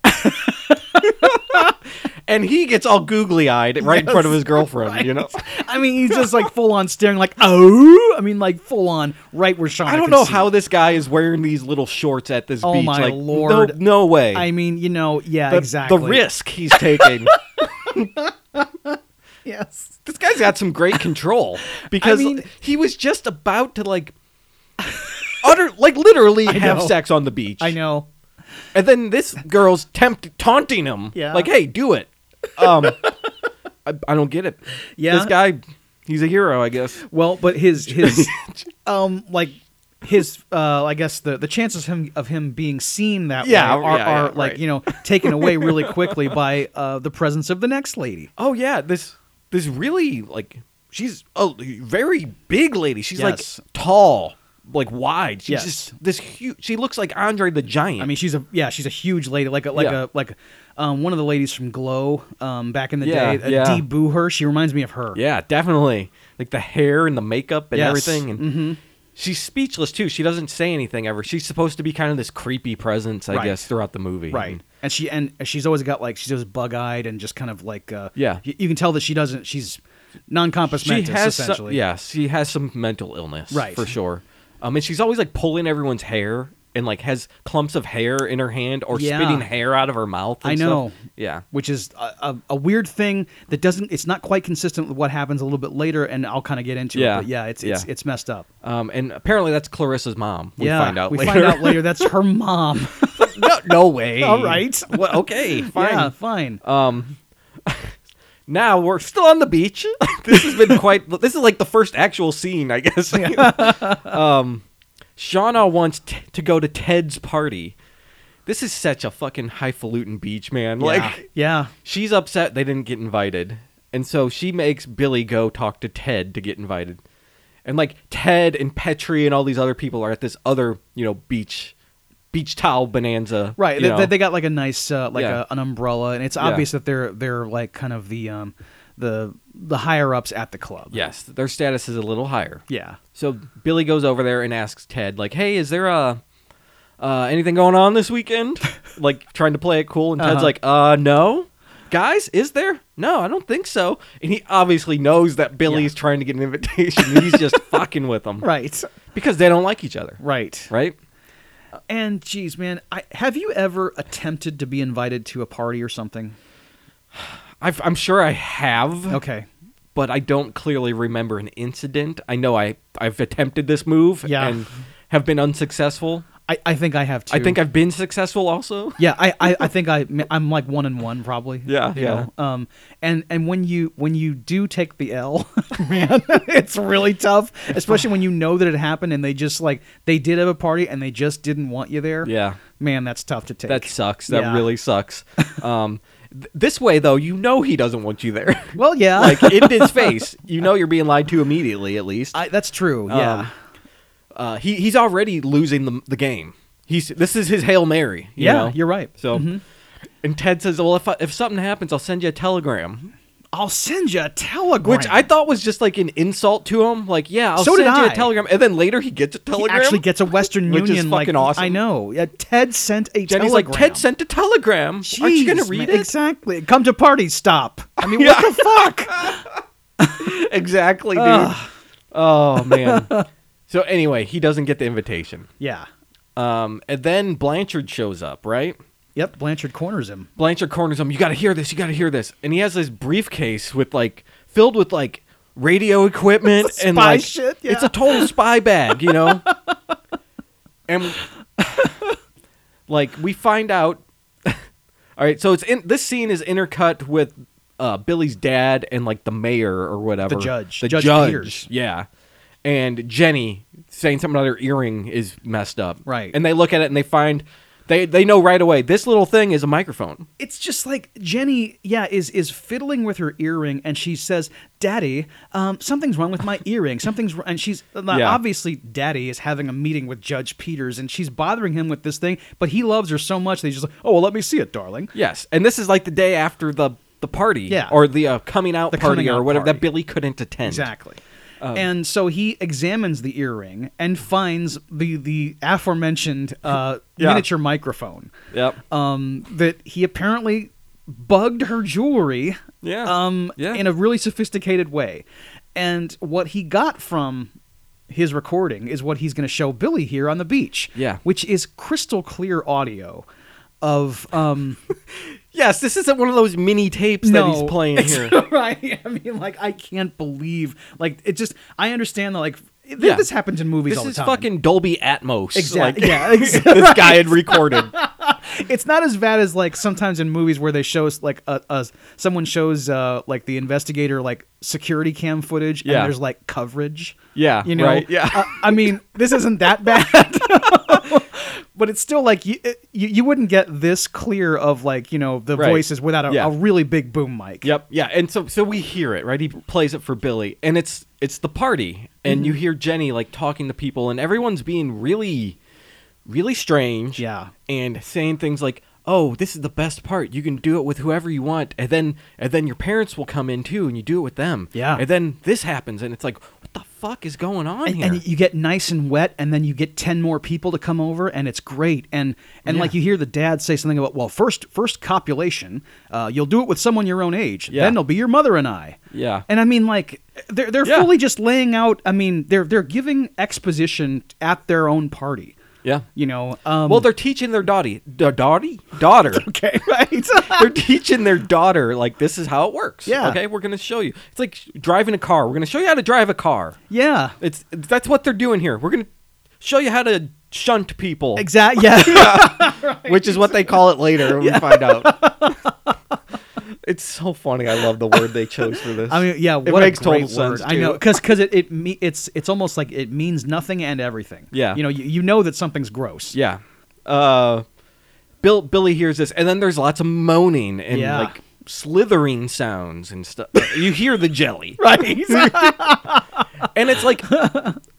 S1: and he gets all googly eyed right in front of his girlfriend. You know.
S2: I mean, he's just like full on staring, like, oh, I mean, like full on right where Sean.
S1: I don't know how this guy is wearing these little shorts at this
S2: Oh
S1: beach.
S2: my
S1: like,
S2: lord.
S1: No, no way.
S2: I mean, you know, yeah,
S1: the,
S2: exactly.
S1: The risk he's taking.
S2: Yes.
S1: this guy's got some great control because
S2: mean-
S1: he was just about to like utter like literally have
S2: know.
S1: sex on the beach.
S2: I know.
S1: And then this girl's tempt taunting him.
S2: Yeah.
S1: Like, hey, do it. Um I, I don't get it.
S2: Yeah.
S1: This guy he's a hero, I guess.
S2: Well, but his his um like his uh I guess the the chances him of him being seen that
S1: Yeah,
S2: way are,
S1: yeah,
S2: are
S1: yeah,
S2: like
S1: right.
S2: you know taken away really quickly by uh the presence of the next lady.
S1: Oh yeah, this this really like she's a very big lady. She's
S2: Yes.
S1: like tall, like wide. She's
S2: Yes.
S1: just this huge she looks like Andre the Giant.
S2: I mean, she's a yeah, she's a huge lady, like a like
S1: Yeah.
S2: a like um one of the ladies from Glow um back in the
S1: Yeah,
S2: day. Uh,
S1: yeah.
S2: Dee Boo her. She reminds me of her.
S1: Yeah, definitely. Like the hair and the makeup and
S2: Yes. Mm-hmm.
S1: everything. And she's speechless too. She doesn't say anything ever. She's supposed to be kind of this creepy presence, I
S2: Right.
S1: guess, throughout the movie.
S2: right and she and she's always got like she's always bug-eyed and just kind of like uh
S1: Yeah.
S2: y- you can tell that she doesn't she's non compass
S1: she
S2: mentis,
S1: has some,
S2: essentially.
S1: yeah, she has some mental illness,
S2: Right.
S1: for sure. Um, and she's always like pulling everyone's hair and like has clumps of hair in her hand or
S2: Yeah.
S1: spitting hair out of her mouth. and
S2: I
S1: stuff.
S2: know.
S1: Yeah,
S2: Which is a, a, a weird thing that doesn't. It's not quite consistent with what happens a little bit later, and I'll kind of get into
S1: Yeah.
S2: it. But yeah, it's it's,
S1: Yeah.
S2: it's messed up.
S1: um, and apparently that's Clarissa's mom. We
S2: yeah,
S1: find out
S2: we
S1: later.
S2: find out later that's her mom.
S1: no, no way.
S2: All right.
S1: Well, okay, fine. Uh,
S2: Yeah, fine.
S1: Now we're still on the beach. this has been quite. This is like the first actual scene, I guess. um, Shauna wants t- to go to Ted's party. This is such a fucking highfalutin beach, man. Like
S2: yeah,
S1: she's upset they didn't get invited, and so she makes Billy go talk to Ted to get invited. And like Ted and Petri and all these other people are at this other, you know, beach, beach towel bonanza.
S2: right.
S1: you
S2: They,
S1: know.
S2: they, they got like a nice uh, like
S1: Yeah.
S2: a, an umbrella, and it's obvious that they're they're like kind of the um the the higher ups at the club.
S1: yes, their status is a little higher.
S2: yeah.
S1: So Billy goes over there and asks Ted, like, "Hey, is there uh uh, anything going on this weekend?" like trying to play it cool, and Ted's
S2: Uh-huh.
S1: like, "Uh, no, guys, is there? No, I don't think so." And he obviously knows that Billy's trying to get an invitation. and he's just fucking with them,
S2: Right.
S1: Because they don't like each other,
S2: Right.
S1: right?
S2: And geez, man, I, have you ever attempted to be invited to a party or something?
S1: I've, I'm sure I have,
S2: Okay.
S1: but I don't clearly remember an incident. I know I I've attempted this move
S2: Yeah.
S1: and have been unsuccessful.
S2: I, I think I have too.
S1: I think I've been successful also.
S2: yeah, I, I, I think I I'm like one and one probably.
S1: Yeah,
S2: you
S1: yeah.
S2: know? Um, and and when you when you do take the L, man, it's really tough, especially when you know that it happened and they just like they did have a party and they just didn't want you there.
S1: Yeah.
S2: man, that's tough to take.
S1: That sucks. That
S2: Yeah.
S1: really sucks. Um, th- this way though, you know he doesn't want you there.
S2: well, yeah,
S1: like in his face, you know you're being lied to immediately. At least
S2: I, that's true. Yeah,
S1: Um, uh, he he's already losing the the game. He's this is his hail mary. you
S2: yeah,
S1: know?
S2: you're right. Mm-hmm.
S1: So, and Ted says, "Well, if I, if something happens, I'll send you a telegram,"
S2: I'll send you a telegram.
S1: which I thought was just like an insult to him. Like, yeah, I'll
S2: So did
S1: send you a
S2: I.
S1: telegram, and then later he gets a telegram.
S2: He actually gets a Western
S1: Which is
S2: Union like
S1: fucking awesome.
S2: I know. Yeah, Ted sent a
S1: Jenny's
S2: telegram.
S1: like, "Ted sent a telegram. Aren't you gonna
S2: Jeez,
S1: read
S2: man,
S1: it?"
S2: Exactly. Come to party. Stop. I mean,
S1: Yeah.
S2: what the fuck?
S1: exactly, dude. Oh man. so anyway, he doesn't get the invitation.
S2: Yeah.
S1: Um, and then Blanchard shows up, right?
S2: Yep. Blanchard corners him.
S1: Blanchard corners him. You got to hear this. You got to hear this. And he has this briefcase with like filled with like radio equipment
S2: Spy
S1: and like
S2: shit,
S1: it's
S2: yeah.
S1: a total spy bag, you know. and like we find out. All right, so it's in this scene is intercut with uh, Billy's dad and like the mayor or whatever,
S2: judge.
S1: the
S2: Judge
S1: judge,
S2: Peters.
S1: yeah. And Jenny saying something about her earring is messed up,
S2: Right.
S1: And they look at it and they find they they know right away this little thing is a microphone.
S2: It's just like Jenny, yeah, is is fiddling with her earring, and she says, "Daddy, um, something's wrong with my earring. Something's," wr-, and she's now,
S1: Yeah.
S2: obviously Daddy is having a meeting with Judge Peters, and she's bothering him with this thing. But he loves her so much that he's just like, "Oh well, let me see it, darling."
S1: Yes, and this is like the day after the the party,
S2: Yeah.
S1: or the uh, coming out
S2: The
S1: party,
S2: coming
S1: or
S2: out
S1: whatever
S2: party.
S1: that Billy couldn't attend.
S2: Exactly. and so he examines the earring and finds the the aforementioned uh,
S1: Yeah.
S2: miniature microphone.
S1: Yep.
S2: Um, that he apparently bugged her jewelry.
S1: Yeah.
S2: Um,
S1: Yeah.
S2: In a really sophisticated way, and what he got from his recording is what he's going to show Billy here on the beach.
S1: Yeah.
S2: Which is crystal clear audio of um
S1: yes, this isn't one of those mini tapes that he's playing here.
S2: right. I mean, like, I can't believe, like, it just. I understand that, like, th-
S1: Yeah.
S2: this happens in movies
S1: This
S2: all the
S1: is
S2: time.
S1: fucking Dolby Atmos.
S2: Exact-
S1: Like,
S2: yeah,
S1: this
S2: exact-
S1: guy had recorded.
S2: It's not as bad as like sometimes in movies where they show us like a, a someone shows uh like the investigator like security cam footage
S1: Yeah.
S2: and there's like coverage.
S1: Yeah,
S2: you know.
S1: right, yeah.
S2: Uh, I mean, this isn't that bad. But it's still like you, it- you you wouldn't get this clear of like you know the
S1: Right.
S2: voices without a,
S1: Yeah.
S2: a really big boom mic.
S1: Yep. Yeah. And so so we hear it, right? He plays it for Billy and it's it's the party and
S2: Mm-hmm.
S1: you hear Jenny like talking to people and everyone's being really really strange.
S2: Yeah.
S1: And saying things like, oh, this is the best part. You can do it with whoever you want, and then and then your parents will come in too, and you do it with them.
S2: Yeah.
S1: And then this happens, and it's like, what the fuck is going on
S2: and,
S1: here?
S2: and you get nice and wet and then you get 10 more people to come over and it's great and and
S1: Yeah.
S2: like you hear the dad say something about well first first copulation uh, you'll do it with someone your own age
S1: Yeah.
S2: then it'll be your mother and i
S1: Yeah.
S2: and i mean like they're, they're
S1: Yeah.
S2: fully just laying out i mean they're they're giving exposition at their own party
S1: yeah.
S2: you know um,
S1: Well, they're teaching their daughty, their daughty, daughter.
S2: okay right
S1: they're teaching their daughter like this is how it works.
S2: Yeah.
S1: Okay, we're gonna show you. It's like driving a car. We're gonna show you how to drive a car.
S2: yeah
S1: It's that's what they're doing here. We're gonna show you how to shunt people,
S2: exactly yeah
S1: which is what they call it later. when We find out. it's so funny. I love the word they chose for this.
S2: I mean, yeah,
S1: it
S2: what
S1: makes
S2: a great
S1: total
S2: word.
S1: sense.
S2: I
S1: too.
S2: know because because it, it me- it's it's almost like it means nothing and everything.
S1: Yeah.
S2: you know, you, you know that something's gross.
S1: Yeah. Uh, Bill Billy hears this, and then there's lots of moaning and
S2: Yeah.
S1: like slithering sounds and stuff. you hear the jelly,
S2: right.
S1: and it's like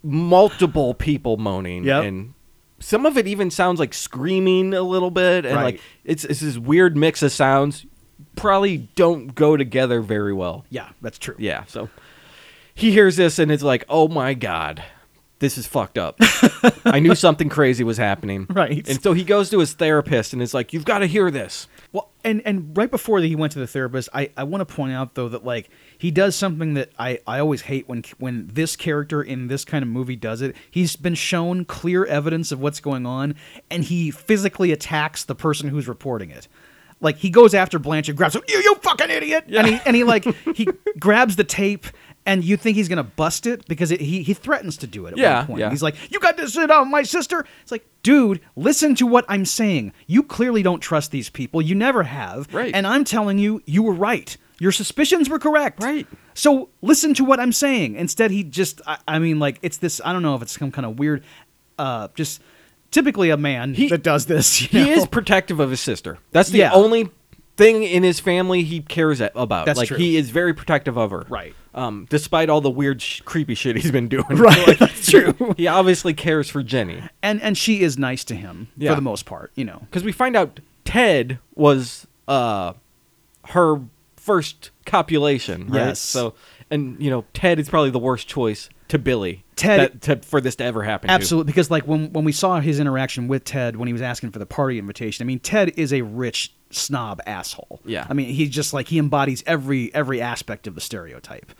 S1: multiple people moaning
S2: Yep.
S1: and some of it even sounds like screaming a little bit and
S2: Right.
S1: like it's, it's this weird mix of sounds probably don't go together very well
S2: yeah, that's true.
S1: yeah so he hears this and it's like oh my god this is fucked up i knew something crazy was happening
S2: Right.
S1: and so he goes to his therapist and it's like you've got to hear this
S2: Well, and and right before that he went to the therapist, I, I want to point out though that like he does something that I, I always hate when when this character in this kind of movie does it. He's been shown clear evidence of what's going on, and he physically attacks the person who's reporting it. Like he goes after Blanche and grabs him. You you fucking idiot! And he and he like he grabs the tape. And you think he's gonna bust it because it, he he threatens to do it at
S1: Yeah,
S2: one point.
S1: yeah.
S2: He's like, "You got to sit down, my sister." It's like, dude, listen to what I'm saying. You clearly don't trust these people. You never have.
S1: Right.
S2: And I'm telling you, you were right. Your suspicions were correct.
S1: Right.
S2: So listen to what I'm saying. Instead, he just, I, I mean, like, it's this, I don't know if it's some kind of weird, uh, just typically a man
S1: He-
S2: that does this. you
S1: he
S2: know?
S1: is protective of his sister. That's the
S2: Yeah.
S1: only thing in his family he cares a- about.
S2: That's
S1: like
S2: true.
S1: he is very protective of her.
S2: Right.
S1: Um, despite all the weird, sh- creepy shit he's been doing. Right. That's true. He obviously cares for Jenny
S2: And, and she is nice to him
S1: Yeah.
S2: for the most part, you know.
S1: because we find out Ted was uh her first copulation. Right?
S2: Yes.
S1: So, and you know, Ted is probably the worst choice to Billy.
S2: Ted-
S1: that- to, for this to ever happen. to.
S2: Absolutely, because like when when we saw his interaction with Ted when he was asking for the party invitation, I mean Ted is a rich snob asshole.
S1: Yeah.
S2: I mean he's just like he embodies every every aspect of the stereotype.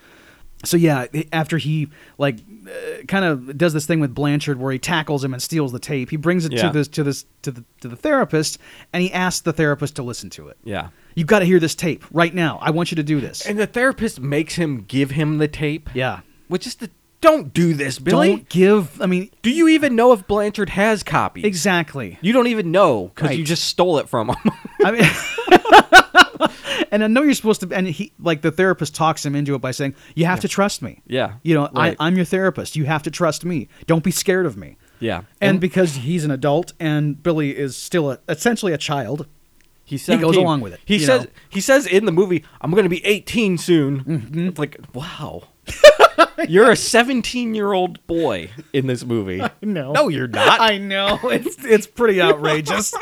S2: So yeah, after he like uh, kind of does this thing with Blanchard where he tackles him and steals the tape, he brings it
S1: Yeah.
S2: to this to this to the to the therapist and he asks the therapist to listen to it.
S1: Yeah.
S2: You've got to hear this tape right now. I want you to do this.
S1: And the therapist makes him give him the tape.
S2: yeah.
S1: Which is the don't do this, Billy.
S2: Don't give I mean
S1: Do you even know if Blanchard has copies?
S2: exactly.
S1: You don't even know because you
S2: Right.
S1: just stole it from him.
S2: I mean, and I know you're supposed to. And he, like, the therapist talks him into it by saying, "You have to trust me."
S1: Yeah,
S2: You know,
S1: right.
S2: I, I'm your therapist. You have to trust me. Don't be scared of me.
S1: yeah,
S2: And because he's an adult, and Billy is still a, essentially a child.
S1: he's
S2: he goes
S1: 17.
S2: along with it,
S1: He
S2: you
S1: says
S2: know.
S1: he says in the movie, "I'm going to be 18 soon." It's like, wow, you're a 17 year old boy in this movie.
S2: know.
S1: no, you're not.
S2: I know it's it's pretty outrageous.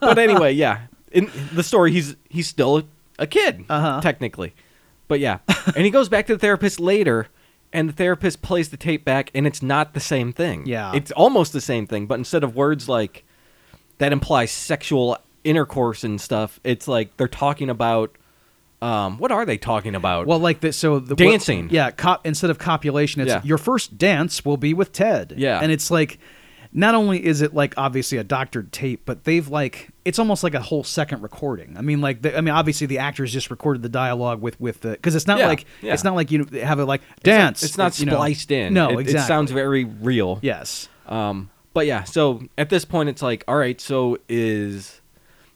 S1: but anyway, yeah. In the story, he's he's still a, a kid
S2: Uh-huh.
S1: technically, but yeah. And he goes back to the therapist later, and the therapist plays the tape back, and it's not the same thing.
S2: Yeah.
S1: it's almost the same thing, but instead of words like that imply sexual intercourse and stuff, it's like they're talking about um, what are they talking about?
S2: well, like this. So the what-
S1: Dancing.
S2: yeah. Cop instead of copulation, it's
S1: Yeah.
S2: your first dance will be with Ted.
S1: Yeah.
S2: And it's like, not only is it like obviously a doctored tape, but they've like it's almost like a whole second recording. I mean, like the, I mean, obviously the actors just recorded the dialogue with with the because it's not
S1: Yeah,
S2: like
S1: yeah.
S2: it's not like you have it like dance.
S1: it's not
S2: you know.
S1: spliced in.
S2: No,
S1: It-
S2: exactly.
S1: It sounds very real.
S2: yes.
S1: Um, but yeah, so at this point, it's like, all right, so is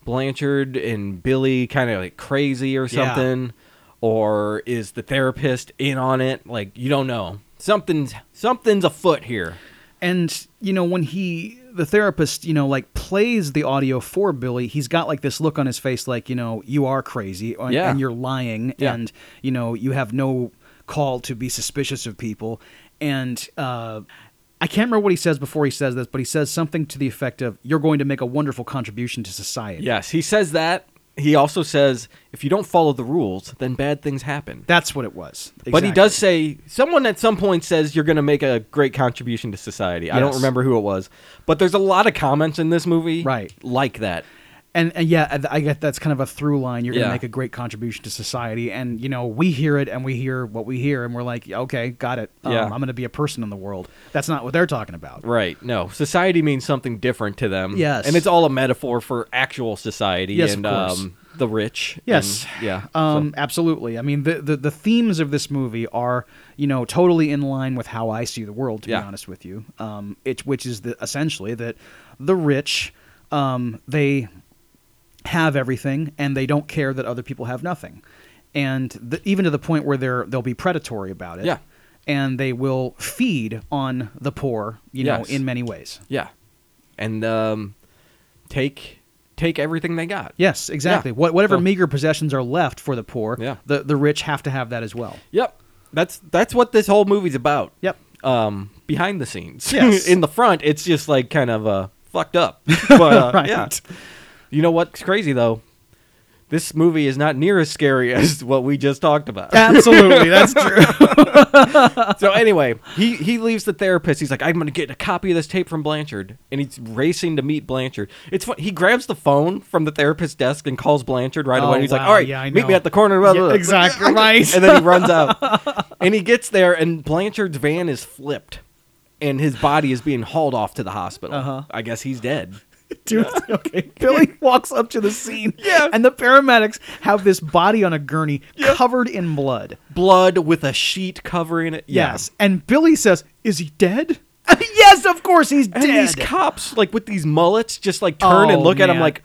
S1: Blanchard and Billy kind of like crazy or
S2: Yeah.
S1: something, or is the therapist in on it? Like, you don't know. Something's something's afoot here.
S2: And you know when he the therapist you know like plays the audio for Billy, he's got like this look on his face like you know you are crazy and,
S1: Yeah.
S2: and you're lying
S1: Yeah.
S2: and you know you have no call to be suspicious of people and uh I can't remember what he says before he says this, but he says something to the effect of, "You're going to make a wonderful contribution to society."
S1: Yes, he says that. He also says if you don't follow the rules, then bad things happen.
S2: That's what it was.
S1: But he
S2: Exactly.
S1: does say someone at some point says you're going to make a great contribution to society. I don't
S2: Yes.
S1: remember who it was, but there's a lot of comments in this movie
S2: Right.
S1: like that.
S2: and, and yeah, I- I get that's kind of a through line. You're
S1: Yeah.
S2: gonna make a great contribution to society, and you know we hear it, and we hear what we hear, and we're like, "Yeah, okay, got it. Um,
S1: Yeah.
S2: I'm gonna be a person in the world. That's not what they're talking about.
S1: Right. No, society means something different to them.
S2: Yes.
S1: And it's all a metaphor for actual society
S2: Yes, of
S1: and
S2: course.
S1: um the rich. and-
S2: Yes.
S1: yeah. so-
S2: Um, Absolutely. I mean, the, the the themes of this movie are, you know, totally in line with how I see the world. To
S1: Yeah.
S2: be honest with you, um, it which is the, essentially that the rich, um, they have everything and they don't care that other people have nothing, and the, even to the point where they're they'll be predatory about it.
S1: Yeah.
S2: And they will feed on the poor, you know,
S1: Yes.
S2: in many ways.
S1: yeah. And um take take everything they got.
S2: Yes, exactly. What, whatever
S1: So-
S2: meager possessions are left for the poor,
S1: Yeah.
S2: the, the rich have to have that as well.
S1: Yep. That's that's what this whole movie's about.
S2: Yep.
S1: Um, behind the scenes.
S2: Yes.
S1: In the front, it's just like kind of uh fucked up. But uh,
S2: Right.
S1: yeah. You know what's crazy though? This movie is not near as scary as what we just talked about.
S2: Absolutely, that's true.
S1: so anyway, he he leaves the therapist. He's like, I'm gonna get a copy of this tape from Blanchard, and he's racing to meet Blanchard. It's fun. He grabs the phone from the therapist's desk and calls Blanchard right
S2: Oh,
S1: away. He's like,
S2: wow.
S1: All right,
S2: Yeah, I
S1: meet me
S2: know.
S1: at the corner. Blah,
S2: Yeah,
S1: blah, blah.
S2: exactly
S1: Like,
S2: right.
S1: And then he runs out, and he gets there, and Blanchard's van is flipped, and his body is being hauled off to the hospital.
S2: Uh-huh.
S1: I guess he's dead.
S2: Dude, okay. Billy walks up to the scene,
S1: Yeah.
S2: and the paramedics have this body on a gurney covered in blood.
S1: Blood with a sheet covering it. Yeah.
S2: Yes, and Billy says, "Is he dead?" yes, of course he's
S1: And
S2: dead.
S1: these cops, like with these mullets, just like turn and
S2: Oh,
S1: look at him
S2: man.
S1: like,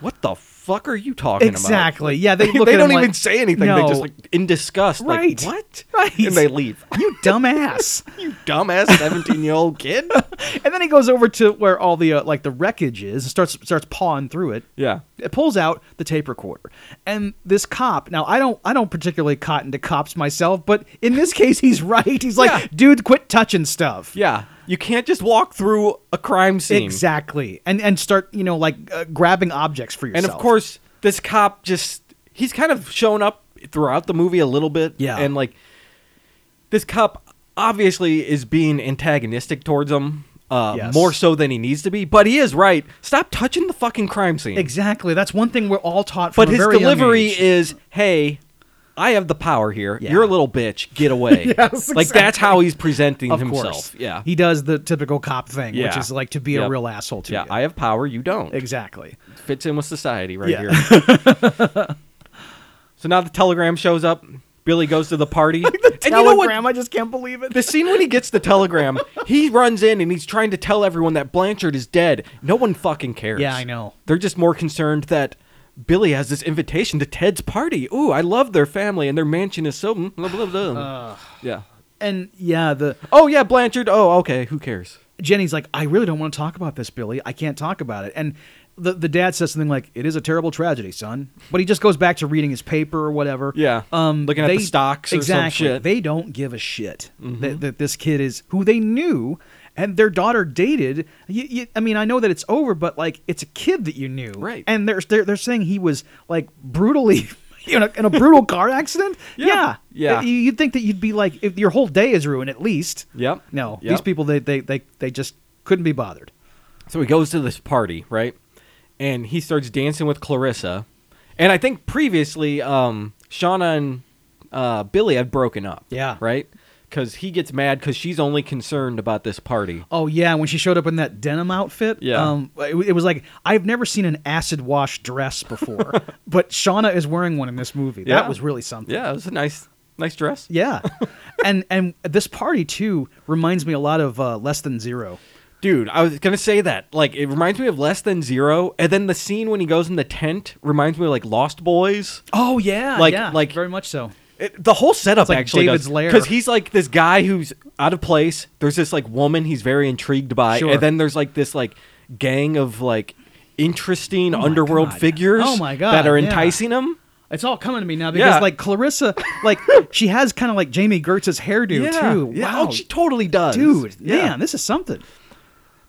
S1: what the fuck are you talking about?
S2: exactly. Yeah, they
S1: They,
S2: look
S1: they
S2: at
S1: don't
S2: him
S1: even
S2: like,
S1: say anything. They
S2: "No,
S1: just like in disgust.
S2: Right.
S1: Like, what?
S2: Right.
S1: And they leave.
S2: you dumbass.
S1: you dumbass seventeen year old kid.
S2: and then he goes over to where all the uh, like the wreckage is and starts starts pawing through it.
S1: Yeah.
S2: it pulls out the tape recorder and this cop now i don't i don't particularly cotton to cops myself but in this case he's right he's like
S1: Yeah.
S2: dude quit touching stuff
S1: Yeah. You can't just walk through a crime scene.
S2: exactly and and start you know like uh, grabbing objects for yourself
S1: And of course, this cop just he's kind of shown up throughout the movie a little bit.
S2: Yeah.
S1: And like this cop obviously is being antagonistic towards him. Uh,
S2: Yes.
S1: More so than he needs to be, but he is right. Stop touching the fucking crime scene.
S2: exactly that's one thing we're all taught from
S1: But
S2: a
S1: his
S2: very young
S1: delivery
S2: age.
S1: is, "Hey, I have the power here.
S2: Yeah.
S1: You're a little bitch. Get away."
S2: Yes,
S1: Like that's how he's presenting
S2: of
S1: himself.
S2: course
S1: Yeah.
S2: he does the typical cop thing which
S1: Yeah.
S2: is like to be a
S1: Yep.
S2: real asshole to
S1: yeah,
S2: you
S1: I have power, you don't. It
S2: exactly
S1: fits in with society right
S2: Yeah.
S1: here. so now the telegram shows up. Billy goes to the party. and you know what?
S2: telegram i just can't believe it
S1: The scene when he gets the telegram, he runs in and he's trying to tell everyone that Blanchard is dead. No one fucking cares.
S2: Yeah, I know.
S1: They're just more concerned that Billy has this invitation to Ted's party. Ooh, I love their family and their mansion is so. mm, Blah, blah, blah. yeah.
S2: and yeah the
S1: Oh, yeah, Blanchard. Oh, okay. Who cares?
S2: Jenny's like, I really don't want to talk about this, Billy. I can't talk about it. And the the dad says something like, "It is a terrible tragedy, son." But he just goes back to reading his paper or whatever.
S1: Yeah.
S2: um,
S1: Looking at the stocks or some
S2: exactly.
S1: shit. Mm-hmm.
S2: They don't give a shit that, that this kid is who they knew and their daughter dated. You, you, I mean, I know that it's over, but like, it's a kid that you knew,
S1: Right.
S2: And they're they're, they're saying he was like brutally. You know, in a brutal car accident?
S1: Yeah. Yeah.
S2: You- You'd think that you'd be like, if your whole day is ruined at least.
S1: Yep.
S2: No,
S1: Yep.
S2: these people they, they they they just couldn't be bothered.
S1: So he goes to this party, right? And he starts dancing with Clarissa. And I think previously, um, Shauna and uh, Billy had broken up.
S2: Yeah.
S1: Right? Because he gets mad because she's only concerned about this party.
S2: Oh yeah, when she showed up in that denim outfit,
S1: Yeah.
S2: um, it, it was like I've never seen an acid wash dress before, but Shauna is wearing one in this movie.
S1: Yeah.
S2: That was really something.
S1: Yeah, it was a nice, nice dress.
S2: Yeah. and and this party too reminds me a lot of uh, Less Than Zero.
S1: Dude, I was gonna say that. Like, it reminds me of Less Than Zero, and then the scene when he goes in the tent reminds me of like Lost Boys.
S2: Oh yeah,
S1: Like-
S2: yeah,
S1: like-
S2: very much so.
S1: It- the whole setup
S2: like
S1: actually
S2: David's lair.
S1: because he's like this guy who's out of place. There's this like woman he's very intrigued by,
S2: Sure.
S1: and then there's like this like gang of like interesting underworld
S2: God.
S1: figures.
S2: Oh my God,
S1: that are
S2: yeah.
S1: enticing him.
S2: It's all coming to me now because
S1: Yeah.
S2: like Clarissa, like she has kind of like Jamie Gertz's hairdo too.
S1: Yeah.
S2: Wow,
S1: Oh, she totally does,
S2: dude,
S1: Yeah.
S2: man, this is something.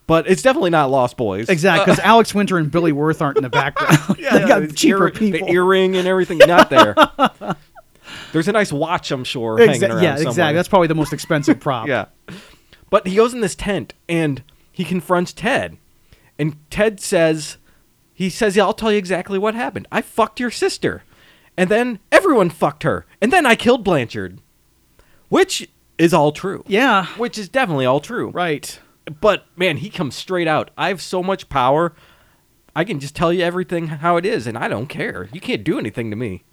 S1: But it's definitely not Lost Boys.
S2: Exactly, because Alex Winter and Billy Worth aren't in the background.
S1: Uh, Yeah,
S2: they
S1: yeah,
S2: got
S1: it's
S2: cheaper
S1: ear-
S2: people.
S1: The earring and everything, not there. There's a nice watch, I'm sure,
S2: Exa-
S1: hanging around
S2: yeah,
S1: somewhere.
S2: exactly. That's probably the most expensive prop.
S1: yeah. But he goes in this tent and he confronts Ted. And Ted says, he says, yeah, I'll tell you exactly what happened. I fucked your sister. And then everyone fucked her. And then I killed Blanchard. Which is all true.
S2: yeah,
S1: Which is definitely all true.
S2: right.
S1: But man, he comes straight out. I have so much power. I can just tell you everything how it is, and I don't care. You can't do anything to me.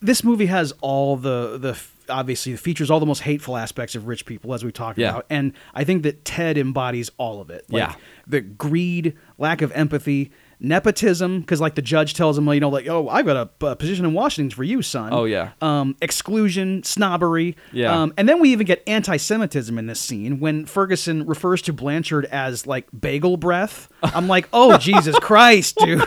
S2: This movie has all the the f- obviously it features all the most hateful aspects of rich people as we talked
S1: Yeah.
S2: about, and I think that Ted embodies all of it. Like,
S1: Yeah.
S2: the greed, lack of empathy, nepotism, because like the judge tells him, you know, like, oh, I've got a, uh position in Washington for you, son.
S1: Oh, yeah.
S2: Um, exclusion, snobbery.
S1: Yeah.
S2: Um, and then we even get anti-Semitism in this scene when Ferguson refers to Blanchard as like bagel breath. I'm like, oh Jesus Christ, dude.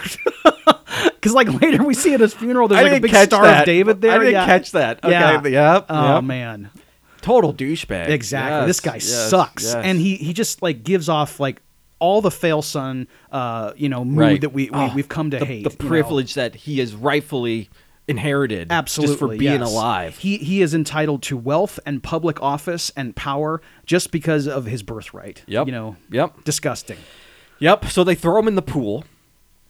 S2: Because like later we see at his funeral, there's
S1: I
S2: like a
S1: didn't
S2: big
S1: catch
S2: Star
S1: that.
S2: of David
S1: I
S2: there.
S1: didn't
S2: yeah.
S1: catch that. Okay,
S2: Yeah.
S1: yep,
S2: Oh
S1: yep.
S2: man.
S1: Total douchebag.
S2: Exactly.
S1: Yes,
S2: this guy
S1: yes,
S2: sucks,
S1: yes.
S2: and he he just like gives off like all the fail son, uh, you know, mood that we, we
S1: Oh,
S2: we've come to
S1: the,
S2: hate.
S1: the
S2: you know?
S1: privilege that he is rightfully inherited
S2: Absolutely,
S1: just for being
S2: yes.
S1: alive.
S2: He he is entitled to wealth and public office and power just because of his birthright.
S1: Yep.
S2: You know.
S1: Yep.
S2: Disgusting.
S1: Yep. So they throw him in the pool.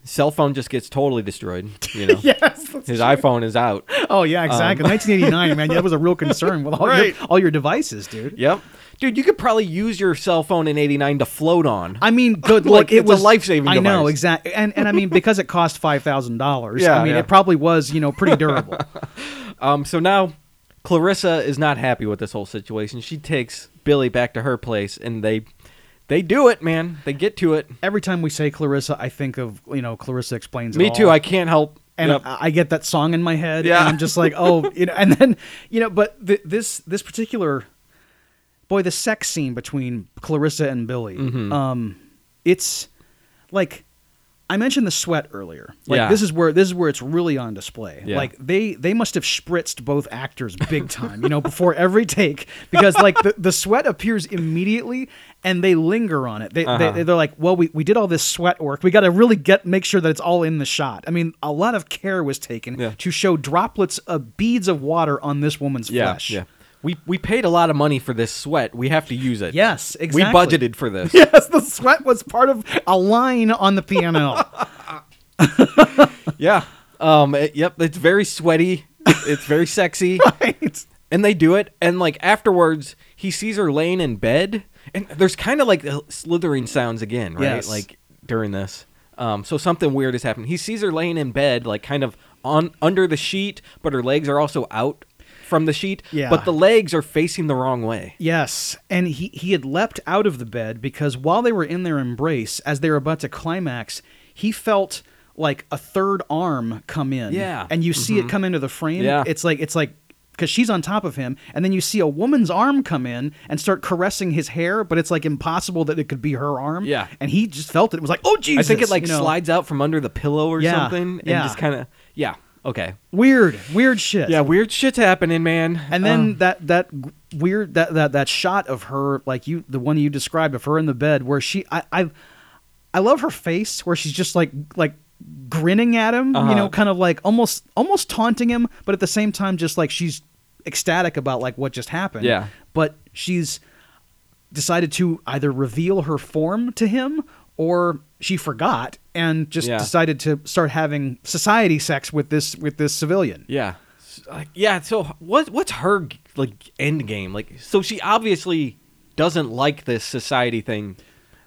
S1: Cell phone just gets totally destroyed. You know,
S2: Yes.
S1: his iPhone is out.
S2: Oh yeah, exactly. 1989, man. That was a real concern with all
S1: Um, Right.
S2: your all your devices, dude.
S1: Yep, dude, you could probably use your cell phone in '89 to float on.
S2: I mean, good
S1: Like,
S2: look. it
S1: it's a
S2: was
S1: life-saving
S2: I know
S1: device.
S2: exactly, and and I mean because it cost five thousand dollars. I
S1: Yeah,
S2: mean
S1: yeah.
S2: it probably was you know pretty durable.
S1: Um, so now Clarissa is not happy with this whole situation. She takes Billy back to her place, and they they do it, man. They get to it.
S2: Every time we say Clarissa, I think of you know Clarissa explains. It
S1: Me
S2: All.
S1: too. I can't help.
S2: and
S1: Yep.
S2: I, I get that song in my head.
S1: Yeah.
S2: and I'm just like, oh, you know. And then you know, but th- this this particular boy, the sex scene between Clarissa and Billy,
S1: Mm-hmm.
S2: um, it's like I mentioned the sweat earlier. Like
S1: Yeah.
S2: this is where this is where it's really on display.
S1: Yeah.
S2: Like they they must have spritzed both actors big time, you know, before every take because like the, the sweat appears immediately and they linger on it. They,
S1: Uh-huh.
S2: they they're like, well, we, we did all this sweat work. We got to really get make sure that it's all in the shot. I mean, a lot of care was taken
S1: Yeah.
S2: to show droplets of beads of water on this woman's
S1: yeah,
S2: flesh.
S1: yeah. We we paid a lot of money for this sweat. We have to use it.
S2: Yes,
S1: We
S2: exactly.
S1: budgeted for this.
S2: Yes, the sweat was part of a line on the piano.
S1: yeah. Um. it- yep. It's very sweaty. It's very sexy.
S2: right.
S1: and they do it and like afterwards he sees her laying in bed and there's kind of like slithering sounds again right
S2: Yes.
S1: like during this um, so something weird has happened he sees her laying in bed like kind of on under the sheet but her legs are also out from the sheet
S2: Yeah.
S1: but the legs are facing the wrong way
S2: Yes, and he he had leapt out of the bed because while they were in their embrace, as they were about to climax, he felt like a third arm come in.
S1: Yeah. Mm-hmm.
S2: and you see it come into the frame.
S1: Yeah.
S2: it's like it's like because she's on top of him, and then you see a woman's arm come in and start caressing his hair, but it's like impossible that it could be her arm.
S1: Yeah.
S2: and he just felt it. It was like, oh Jesus!
S1: i think it like
S2: you know?
S1: slides out from under the pillow or
S2: Yeah,
S1: something and
S2: yeah.
S1: just kind of yeah okay
S2: Weird, weird shit.
S1: yeah weird shit's happening man
S2: And
S1: Oh.
S2: then that that g- weird that, that that shot of her like you the one you described of her in the bed where she I I, I love her face where she's just like like grinning at him you know
S1: Uh-huh.
S2: kind of like almost almost taunting him but at the same time just like she's ecstatic about like what just happened
S1: Yeah.
S2: but she's decided to either reveal her form to him or she forgot and just
S1: Yeah.
S2: decided to start having society sex with this with this civilian
S1: Yeah. S- like, Yeah, so what what's her like end game? Like so she obviously doesn't like this society thing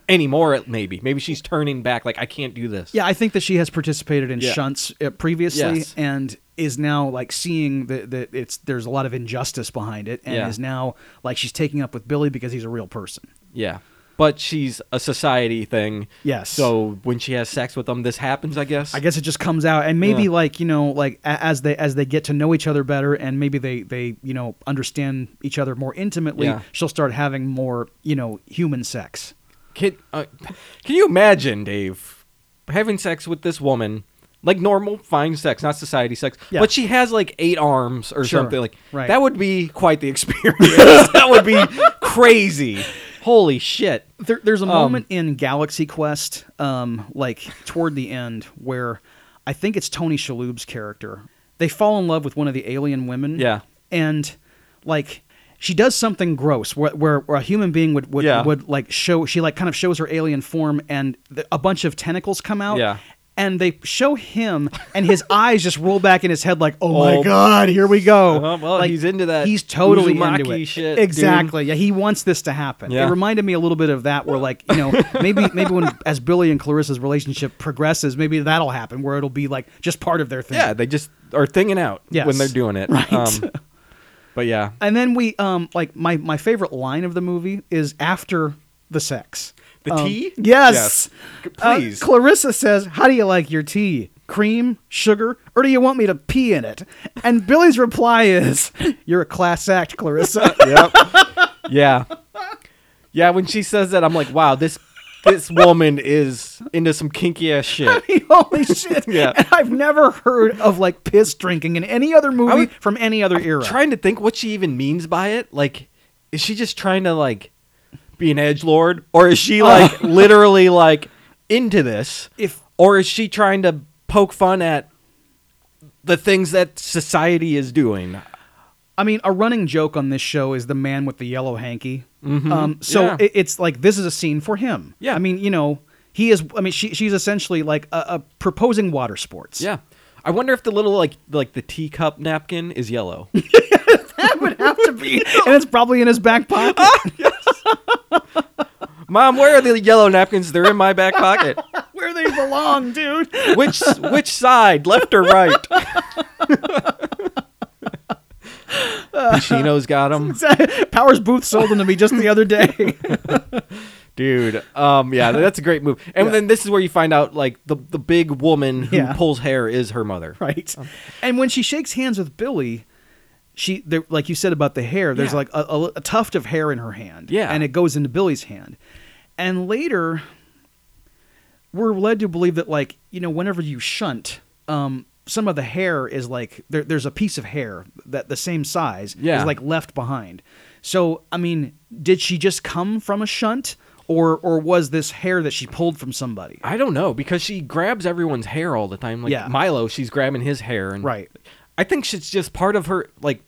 S1: anymore maybe. Maybe she's turning back like I can't do this.
S2: Yeah, I think that she has participated in
S1: Yeah.
S2: shunts uh, previously
S1: Yes.
S2: and is now like seeing that that it's there's a lot of injustice behind it and
S1: Yeah.
S2: is now like she's taking up with Billy because he's a real person.
S1: Yeah. But she's a society thing.
S2: Yes.
S1: So when she has sex with them this happens, I guess.
S2: I guess it just comes out and maybe
S1: Yeah.
S2: like, you know, like a- as they as they get to know each other better and maybe they they, you know, understand each other more intimately,
S1: Yeah.
S2: she'll start having more, you know, human sex.
S1: Can uh, can you imagine, Dave, having sex with this woman like normal fine sex, not society sex.
S2: Yeah.
S1: But she has like eight arms or
S2: Sure,
S1: something. Like
S2: right.
S1: that would be quite the experience. that would be crazy. Holy shit!
S2: There, there's
S1: Um,
S2: a moment in Galaxy Quest, um, like toward the end, where I think it's Tony Shalhoub's character. They fall in love with one of the alien women.
S1: Yeah.
S2: and like she does something gross where, where, where a human being would would,
S1: Yeah.
S2: would like show she like kind of shows her alien form and th- a bunch of tentacles come out.
S1: Yeah.
S2: And they show him, and his eyes just roll back in his head, like, "Oh my
S1: Oh.
S2: god, here we go!"
S1: Uh-huh, well,
S2: Like,
S1: he's into that
S2: He's totally into
S1: Uzumaki
S2: it.
S1: shit, dude.
S2: exactly. Yeah, he wants this to happen. It
S1: Yeah.
S2: reminded me a little bit of that, where like you know maybe maybe when as Billy and Clarissa's relationship progresses, maybe that'll happen, where it'll be like just part of their thing.
S1: Yeah, they just are thinging out
S2: Yes.
S1: when they're doing it. Um,
S2: Right.
S1: but yeah,
S2: And then we um like my my favorite line of the movie is after the sex.
S1: The
S2: Um,
S1: tea?
S2: Yes.
S1: Yes.
S2: Uh,
S1: Please.
S2: Clarissa says, "How do you like your tea? Cream, sugar, or do you want me to pee in it?" And Billy's reply is, "You're a class act, Clarissa."
S1: yep. Yeah. Yeah, when she says that, I'm like, wow, this this woman is into some kinky ass shit.
S2: Holy shit.
S1: Yeah.
S2: And I've never heard of like piss drinking in any other movie
S1: was-
S2: from any other era.
S1: trying to think what she even means by it. Like, is she just trying to like be an edge lord, or is she like literally like into this?
S2: If-
S1: or is she trying to poke fun at the things that society is doing?
S2: I mean, a running joke on this show is the man with the yellow hanky. Um, so
S1: Mm-hmm. Yeah.
S2: it, it's like this is a scene for him.
S1: Yeah.
S2: I mean, you know, he is. I mean, she, she's essentially like a, a proposing water sports.
S1: Yeah. I wonder if the little like like the teacup napkin is yellow.
S2: that would have to be, and it's probably in his back pocket.
S1: Mom, where are the yellow napkins? They're in my back pocket.
S2: Where they belong, dude.
S1: Which which side, left or right? Pacino's got him,
S2: Powers Booth sold them to me just the other day.
S1: dude. Um, yeah, that's a great move. And then this is where you find out like the the big woman who
S2: Yeah.
S1: pulls hair is her mother.
S2: right? And when she shakes hands with Billy, she there, like you said about the hair. There's
S1: Yeah.
S2: like a, a, a tuft of hair in her hand,
S1: Yeah.
S2: and it goes into Billy's hand. And later, we're led to believe that like you know whenever you shunt, um, some of the hair is like there, there's a piece of hair that the same size
S1: Yeah.
S2: is like left behind. So I mean, did she just come from a shunt? Or, or was this hair that she pulled from somebody?
S1: I don't know because she grabs everyone's hair all the time. Like
S2: Yeah.
S1: Milo, she's grabbing his hair, and
S2: Right.
S1: I think it's just part of her like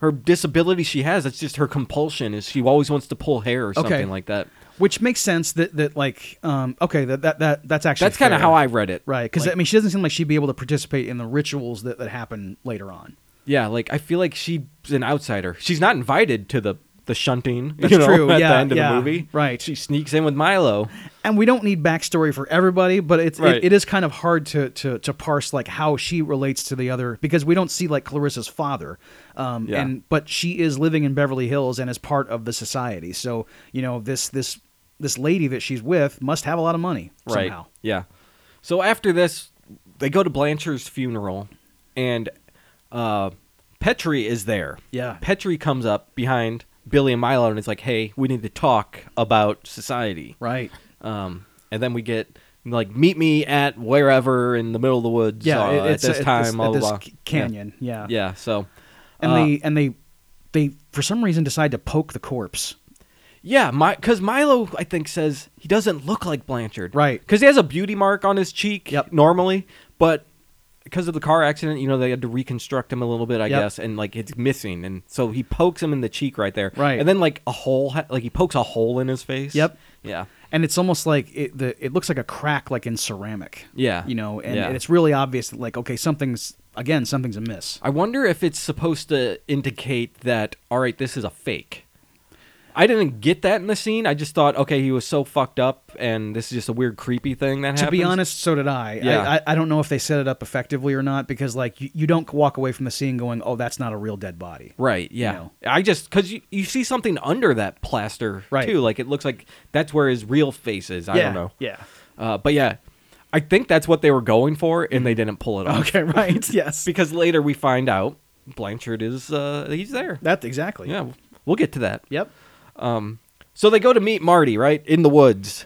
S1: her disability she has. It's just her compulsion is she always wants to pull hair or something like that.
S2: Which makes sense that that like um okay that that, that that's actually
S1: That's kind of
S2: fair.
S1: how I read it.
S2: right because
S1: Like-
S2: I mean she doesn't seem like she'd be able to participate in the rituals that that happen later on.
S1: Yeah, like I feel like she's an outsider. She's not invited to the the shunting.
S2: That's
S1: you know,
S2: true,
S1: At
S2: yeah,
S1: the end of
S2: yeah,
S1: the movie,
S2: right.
S1: She sneaks in with Milo.
S2: And we don't need backstory for everybody, but it's
S1: Right.
S2: it, it is kind of hard to, to to parse like how she relates to the other because we don't see like Clarissa's father, um,
S1: Yeah.
S2: and but she is living in Beverly Hills and is part of the society. So you know this this this lady that she's with must have a lot of money
S1: Right.
S2: somehow.
S1: Yeah. So after this, they go to Blanchard's funeral, and uh, Petrie is there.
S2: Yeah.
S1: Petrie comes up behind Billy and Milo, and it's like, "Hey, we need to talk about society."
S2: Right.
S1: Um, and then we get like, "Meet me at wherever in the middle of the woods."
S2: Yeah.
S1: uh,
S2: it- it's
S1: at this time,
S2: at
S1: blah,
S2: this
S1: blah, blah.
S2: ca- canyon. Yeah.
S1: Yeah. So.
S2: and
S1: uh,
S2: they and they they for some reason decide to poke the corpse.
S1: Yeah, my because Milo, I think, says he doesn't look like Blanchard.
S2: Right.
S1: Because he has a beauty mark on his cheek
S2: Yep.
S1: normally, but because of the car accident, you know, they had to reconstruct him a little bit, I
S2: Yep.
S1: guess, and like it's missing, and so he pokes him in the cheek right there.
S2: Right.
S1: And then like a hole, ha- like he pokes a hole in his face.
S2: Yep.
S1: Yeah.
S2: And it's almost like it the it looks like a crack like in ceramic.
S1: Yeah.
S2: You know, and
S1: Yeah.
S2: it's really obvious that like okay, something's again, something's amiss.
S1: I wonder if it's supposed to indicate that all right, this is a fake. I didn't get that in the scene. I just thought, okay, he was so fucked up, and this is just a weird, creepy thing that
S2: To
S1: happens.
S2: be honest, so did I.
S1: Yeah.
S2: I, I. I don't know if they set it up effectively or not because like you, you don't walk away from the scene going, "Oh, that's not a real dead body."
S1: Right. Yeah.
S2: know?
S1: I just because you, you see something under that plaster
S2: Right.
S1: too. Like it looks like that's where his real face is. I
S2: yeah.
S1: don't know.
S2: Yeah.
S1: Uh, but yeah, I think that's what they were going for, and they didn't pull it off.
S2: Mm-hmm. Okay, right. yes.
S1: Because later we find out Blanchard is uh, he's there.
S2: That's exactly.
S1: Yeah. We'll get to that.
S2: Yep.
S1: So they go to meet Marty right in the woods.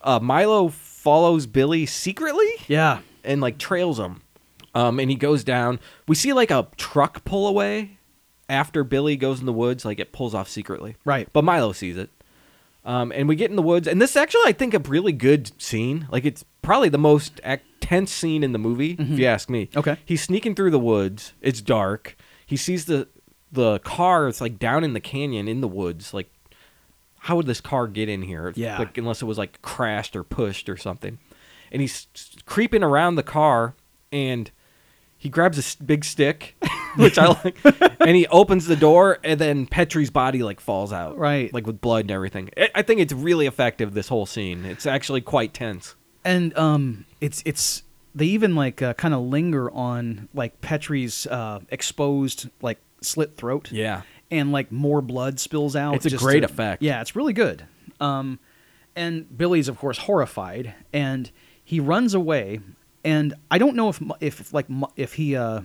S1: Uh, Milo follows Billy secretly
S2: Yeah.
S1: and like trails him. Um, and he goes down. We see like a truck pull away after Billy goes in the woods. Like it pulls off secretly,
S2: Right.
S1: But Milo sees it. Um, and we get in the woods, and this is actually, I think, a really good scene. Like it's probably the most ac- tense scene in the movie, if you ask me.
S2: Mm-hmm. Okay.
S1: He's sneaking through the woods. It's dark. He sees the the car. It's like down in the canyon in the woods. Like, how would this car get in here?
S2: Yeah.
S1: Like, unless it was like crashed or pushed or something. And he's s- creeping around the car, and he grabs a s- big stick, which I like, and he opens the door, and then Petrie's body like falls out,
S2: Right.
S1: Like with blood and everything. I- I think it's really effective. This whole scene. It's actually quite tense.
S2: and um, it's it's they even like uh, kind of linger on like Petrie's uh, exposed like slit throat.
S1: Yeah.
S2: and like more blood spills out.
S1: It's a
S2: just
S1: great
S2: to-
S1: effect.
S2: Yeah, it's really good. Um, and Billy's of course horrified, and he runs away. And I don't know if mu- if like mu- if he uh,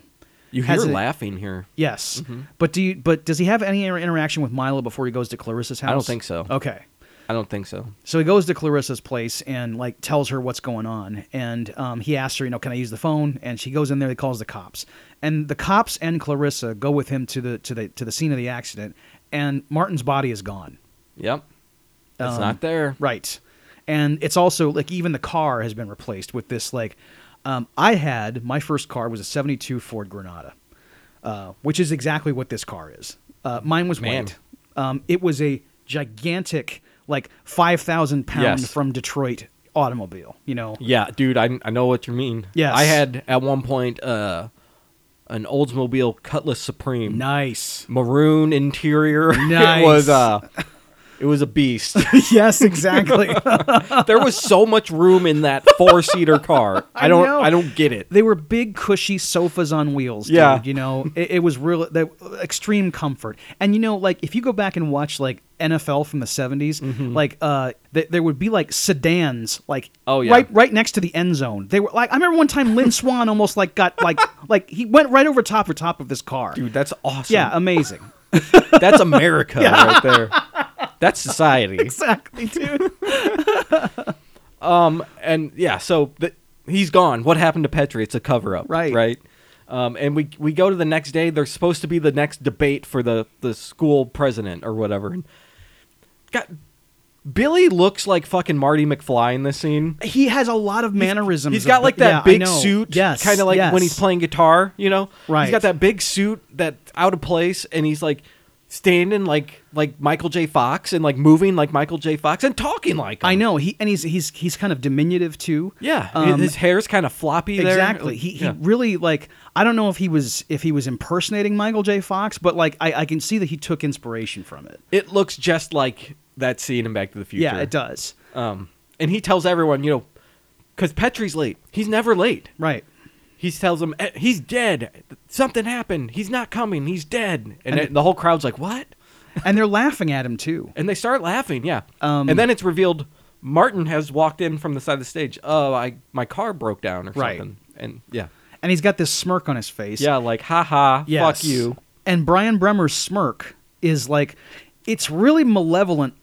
S1: You hear
S2: has a-
S1: laughing here.
S2: Yes,
S1: Mm-hmm.
S2: but do you? But does he have any inter- interaction with Milo before he goes to Clarissa's house?
S1: I don't think so.
S2: Okay,
S1: I don't think so.
S2: so he goes to Clarissa's place and like tells her what's going on, and um, he asks her, you know, can I use the phone? And she goes in there. He calls the cops, and the cops and Clarissa go with him to the to the to the scene of the accident, and Martin's body is gone.
S1: Yep. It's not there.
S2: Um, Right. And it's also like even the car has been replaced with this like um, I had my first car was a 72 Ford Granada, uh, which is exactly what this car is. Uh, mine was
S1: Man.
S2: white. Um, it was a gigantic like 5,000 pound
S1: Yes.
S2: from Detroit automobile, you know.
S1: Yeah, dude, I, I know what you mean.
S2: Yes.
S1: I had at one point uh, an Oldsmobile Cutlass Supreme,
S2: Nice.
S1: maroon interior.
S2: Nice.
S1: it was uh, it was a beast.
S2: yes, exactly.
S1: there was so much room in that four seater car. I don't
S2: know.
S1: I, don't get it.
S2: they were big cushy sofas on wheels dude,
S1: Yeah.
S2: you know it, it was real the extreme comfort and you know like if you go back and watch like nfl from the 70s
S1: Mm-hmm.
S2: like uh th- there would be like sedans like
S1: Oh, yeah.
S2: right right next to the end zone they were like i remember one time lynn swan almost like got like like he went right over top or top of this car
S1: Dude, that's awesome.
S2: yeah um, amazing
S1: That's America right there. That's society.
S2: exactly dude
S1: Um, and yeah, so th- he's gone. What happened to Petri? It's a cover up,
S2: Right.
S1: Right. Um, and we we go to the next day. There's supposed to be the next debate for the the school president or whatever. And God, Billy looks like fucking Marty McFly in this scene.
S2: he has a lot of mannerisms
S1: He's got
S2: of-
S1: like
S2: yeah, I
S1: that big
S2: know.
S1: suit,
S2: yes
S1: kind of like
S2: yes.
S1: when he's playing guitar, you know.
S2: Right.
S1: He's got that big suit that out of place, and he's like standing like like Michael J. Fox and like moving like Michael J. Fox and talking like him.
S2: I know he and he's he's he's kind of diminutive too.
S1: Yeah,
S2: Um,
S1: his hair's kind of floppy there.
S2: Exactly. He he
S1: Yeah.
S2: really like I don't know if he was if he was impersonating Michael J. Fox, but like I, I can see that he took inspiration from it.
S1: it looks just like that scene in Back to the Future.
S2: Yeah, it does.
S1: Um, and he tells everyone, you know, because Petrie's late. He's never late.
S2: Right.
S1: He tells them "Eh, he's dead. Something happened. He's not coming. He's dead. And, it- the whole crowd's like, "What?"
S2: And they're laughing at him too.
S1: And they start laughing. Yeah.
S2: Um,
S1: and then it's revealed Martin has walked in from the side of the stage. Oh, I my car broke down or
S2: Right.
S1: something. And yeah,
S2: And he's got this smirk on his face.
S1: yeah, like, haha,
S2: Yes.
S1: fuck you.
S2: And Brian Bremer's smirk is like it's really malevolent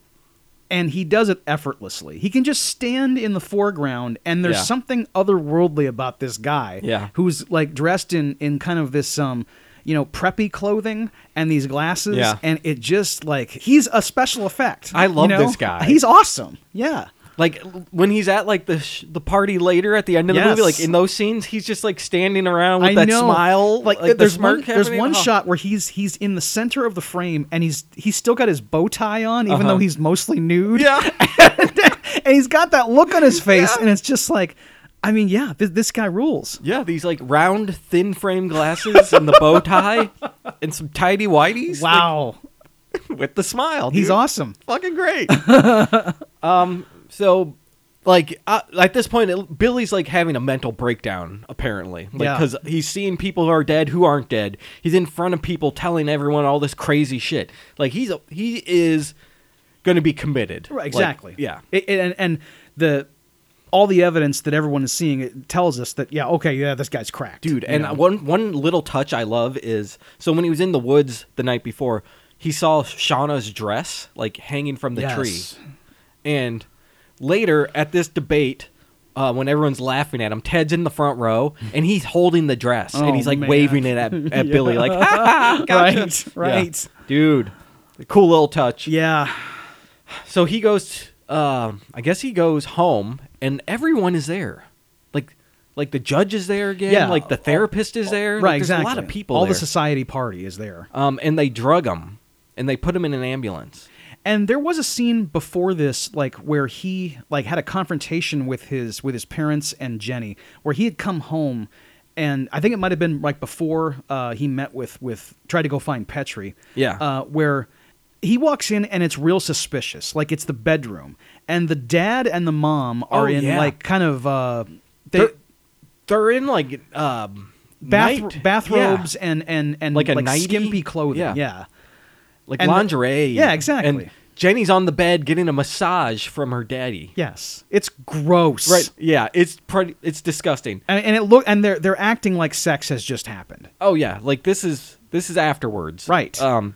S2: and he does it effortlessly. He can just stand in the foreground and there's
S1: Yeah.
S2: something otherworldly about this guy
S1: Yeah.
S2: who's like dressed in in kind of this um you know preppy clothing and these glasses
S1: Yeah.
S2: and it just like he's a special effect.
S1: I
S2: you
S1: love
S2: know?
S1: this guy.
S2: He's awesome. Yeah.
S1: Like l- when he's at like the sh- the party later at the end of the movie,
S2: Yes.
S1: like in those scenes, he's just like standing around with
S2: I
S1: that
S2: know.
S1: smile,
S2: Like,
S1: like, the
S2: there's
S1: smirk
S2: one there's
S1: happening.
S2: one
S1: Oh.
S2: shot where he's he's in the center of the frame and he's he's still got his bow tie on even though he's mostly nude.
S1: Uh-huh. Yeah,
S2: and he's got that look on his face,
S1: Yeah.
S2: and it's just like, I mean, yeah, this, this guy rules.
S1: yeah. These like round, thin frame glasses and the bow tie and some tidy whities.
S2: Wow,
S1: like, with the smile,
S2: he's
S1: dude.
S2: awesome.
S1: fucking great. um, so like uh, at this point, it, Billy's like having a mental breakdown apparently, like
S2: Yeah.
S1: because he's seeing people who are dead who aren't dead. He's in front of people telling everyone all this crazy shit. Like he's a, he is going to be committed.
S2: Right,
S1: Like,
S2: exactly.
S1: yeah.
S2: It- it- and and the all the evidence that everyone is seeing it tells us that yeah, okay, yeah, this guy's cracked,
S1: dude.
S2: you
S1: And
S2: know?
S1: one one little touch I love is so when he was in the woods the night before, he saw Shauna's dress like hanging from the
S2: Yes.
S1: tree, and later at this debate, uh, when everyone's laughing at him. Ted's in the front row and he's holding the dress
S2: Oh,
S1: and he's like
S2: man.
S1: waving it at, at Billy, like, ha, ha, ha, gotcha."
S2: Right,
S1: Yeah.
S2: right.
S1: dude. Cool little touch.
S2: Yeah.
S1: So he goes. Um, I guess he goes home, and everyone is there. Like, like the judge is there again.
S2: Yeah.
S1: Like the therapist is there. Like,
S2: right,
S1: there's
S2: exactly.
S1: A lot of people.
S2: All
S1: there.
S2: the society party is there.
S1: Um, and they drug him, and they put him in an ambulance.
S2: And there was a scene before this, like where he like had a confrontation with his with his parents and Jenny, where he had come home, and I think it might have been like before uh, he met with with tried to go find Petri.
S1: Yeah.
S2: Uh, where he walks in and it's real suspicious, like it's the bedroom, and the dad and the mom are
S1: Oh,
S2: in
S1: yeah.
S2: like kind of uh, they,
S1: They're- They're in like um,
S2: bath
S1: night-
S2: bathrobes
S1: yeah,
S2: and and and
S1: Like a nightie?
S2: skimpy clothing.
S1: Yeah.
S2: yeah.
S1: like
S2: and-
S1: lingerie.
S2: Yeah, exactly.
S1: And Jenny's on the bed getting a massage from her daddy.
S2: Yes, it's gross.
S1: Right. Yeah. It's pretty. It's disgusting.
S2: and, and it look and they're they're acting like sex has just happened.
S1: Oh yeah, like this is this is afterwards,
S2: Right.
S1: Um,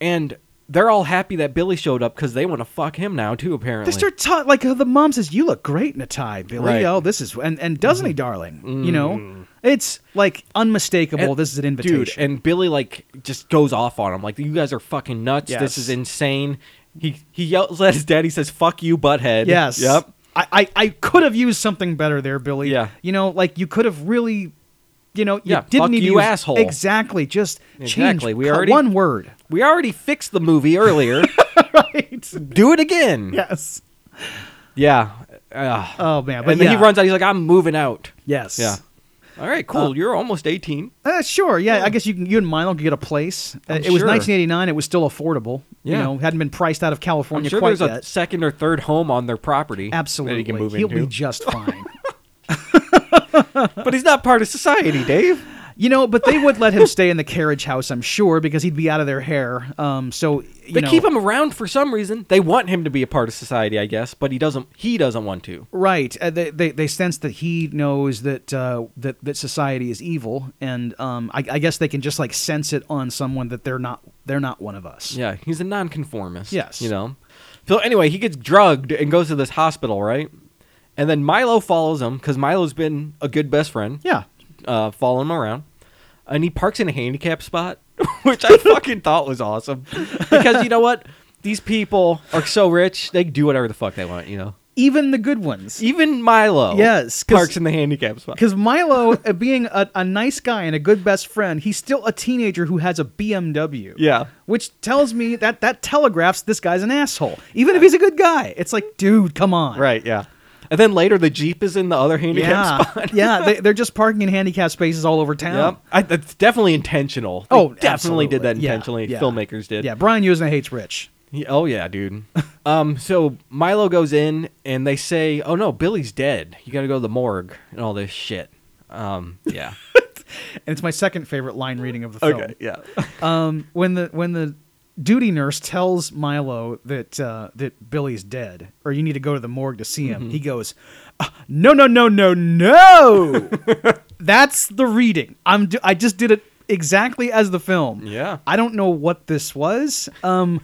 S1: and they're all happy that Billy showed up because they want to fuck him now too. Apparently,
S2: They start ta- like uh, the mom says, "You look great in a tie, Billy."
S1: Right. Mm-hmm. Mm.
S2: Oh, this is and and doesn't he, darling? You know, it's like unmistakable.
S1: And-
S2: this is an invitation.
S1: dude. And Billy like just goes off on him, like you guys are fucking nuts.
S2: Yes.
S1: This is insane. He he yells at his dad. He says, "Fuck you, butthead."
S2: yes,
S1: Yep.
S2: I, I I could have used something better there, Billy.
S1: Yeah.
S2: you know, like you could have really, you know, you
S1: Yeah,
S2: didn't
S1: fuck
S2: need to
S1: you,
S2: use-
S1: asshole.
S2: Exactly, just
S1: Exactly,
S2: change
S1: we
S2: co-
S1: already-
S2: one word.
S1: We already fixed the movie earlier.
S2: right.
S1: Do it again.
S2: Yes.
S1: Yeah. Uh,
S2: Oh man, but
S1: and then
S2: yeah.
S1: he runs out. He's like, "I'm moving out."
S2: Yes.
S1: Yeah. All right. Cool. You're almost 18.
S2: Uh, sure. Yeah, I guess you can, you and mine will get a place. Uh,
S1: I'm
S2: it was
S1: sure.
S2: 1989. It was still affordable. You
S1: Yeah.
S2: know, hadn't been priced out of
S1: I'm
S2: California
S1: sure
S2: quite
S1: there's a
S2: yet.
S1: second or third home on their property. That
S2: Absolutely,
S1: he can move
S2: will
S1: into.
S2: be just fine.
S1: but he's not part of society, Dave.
S2: you know, but they would let him stay in the carriage house, I'm sure, because he'd be out of their hair. Um, so you
S1: They
S2: know,
S1: keep him around for some reason. They want him to be a part of society, I guess, but he doesn't. He doesn't want to.
S2: right. Uh, they, they they sense that he knows that uh, that that society is evil, and um, I, I guess they can just like sense it on someone that they're not they're not one of us.
S1: Yeah, he's a nonconformist.
S2: Yes.
S1: you know. So anyway, he gets drugged and goes to this hospital, right? And then Milo follows him because Milo's been a good best friend,
S2: Yeah.
S1: uh, following him around, and he parks in a handicap spot, which I fucking thought was awesome because you know what? These people are so rich; they do whatever the fuck they want. You know,
S2: Even the good ones.
S1: even Milo,
S2: Yes, 'cause-
S1: parks in the handicap spot.
S2: Because Milo, uh, being a, a nice guy and a good best friend, he's still a teenager who has a BMW.
S1: Yeah.
S2: Which tells me that that telegraphs this guy's an asshole, even if he's a good guy. It's like, dude, come on.
S1: Right, yeah. And then later the Jeep is in the other handicap
S2: Yeah.
S1: spot.
S2: yeah. They, they're just parking in handicap spaces all over town.
S1: Yep. I, that's definitely intentional. They
S2: Oh,
S1: definitely
S2: absolutely.
S1: did that
S2: Yeah,
S1: intentionally.
S2: yeah.
S1: Filmmakers did.
S2: Yeah. Brian Usna hates Rich.
S1: He- oh yeah, dude. um so Milo goes in and they say, "Oh no, Billy's dead. You got to go to the morgue and all this shit." Um yeah.
S2: And it's my second favorite line reading of the film.
S1: okay, yeah.
S2: um, when the when the duty nurse tells Milo that uh, that Billy's dead, or you need to go to the morgue to see
S1: Mm-hmm.
S2: him, he goes, "Uh, "No, no, no, no, no!" That's the reading. I'm do- I just did it exactly as the film.
S1: Yeah.
S2: I don't know what this was. Um,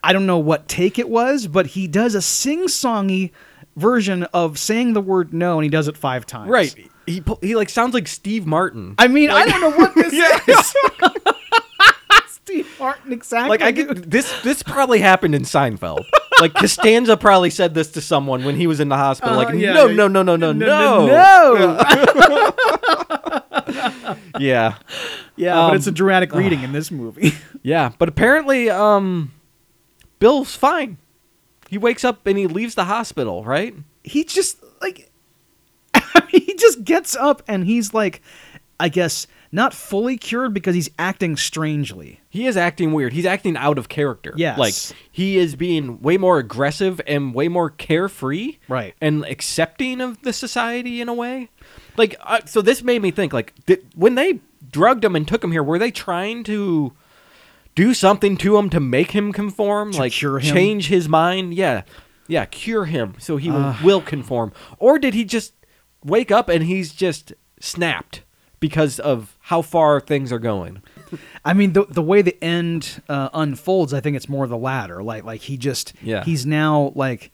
S2: I don't know what take it was, but he does a sing-songy version of saying the word no, and he does it five times.
S1: right. He pu- he like sounds like Steve Martin.
S2: I mean, I don't know what this
S1: Yeah.
S2: is. Steve Martin, exactly.
S1: like I could, this this probably happened in Seinfeld. Like Costanza probably said this to someone when he was in the hospital.
S2: Uh-huh,
S1: Like
S2: yeah,
S1: no,
S2: yeah.
S1: no no no no no
S2: no.
S1: Yeah.
S2: yeah, but
S1: Um,
S2: it's a dramatic reading in this movie.
S1: Yeah, but apparently, um, Bill's fine. He wakes up and he leaves the hospital, right?
S2: he just like he just gets up and he's like, I guess not fully cured because he's acting strangely.
S1: He is acting weird. He's acting out of character.
S2: Yes.
S1: Like he is being way more aggressive and way more carefree.
S2: Right.
S1: And accepting of the society in a way. Like uh, so this made me think like did, when they drugged him and took him here were they trying to do something to him to make him conform like
S2: cure him?
S1: change his mind? Yeah. Yeah, cure him so he will will conform. Or did he just wake up and he's just snapped because of how far things are going?
S2: I mean, the the way the end uh, unfolds, I think it's more the latter. Like like he just
S1: Yeah.
S2: he's now like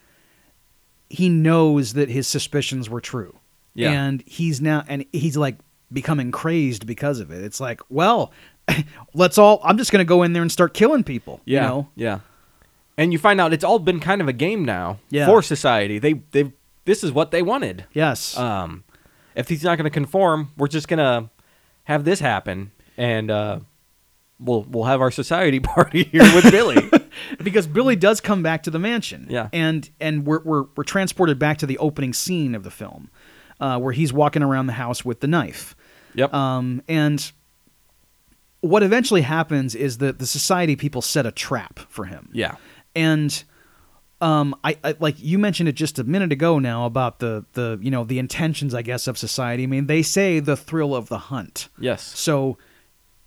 S2: he knows that his suspicions were true.
S1: Yeah.
S2: And he's now and he's like becoming crazed because of it. It's like, well, let's all I'm just gonna go in there and start killing people.
S1: Yeah,
S2: You know?
S1: yeah. And you find out it's all been kind of a game now
S2: Yeah.
S1: for society. They they this is what they wanted.
S2: Yes.
S1: Um, if he's not going to conform, we're just going to have this happen, and uh, we'll we'll have our society party here with Billy.
S2: because Billy does come back to the mansion.
S1: Yeah.
S2: And and we're we're, we're transported back to the opening scene of the film, uh, where he's walking around the house with the knife.
S1: yep.
S2: Um, and what eventually happens is that the society people set a trap for him.
S1: yeah.
S2: And um, I, I like you mentioned it just a minute ago now about the the you know the intentions I guess of society. I mean, they say the thrill of the hunt.
S1: Yes.
S2: So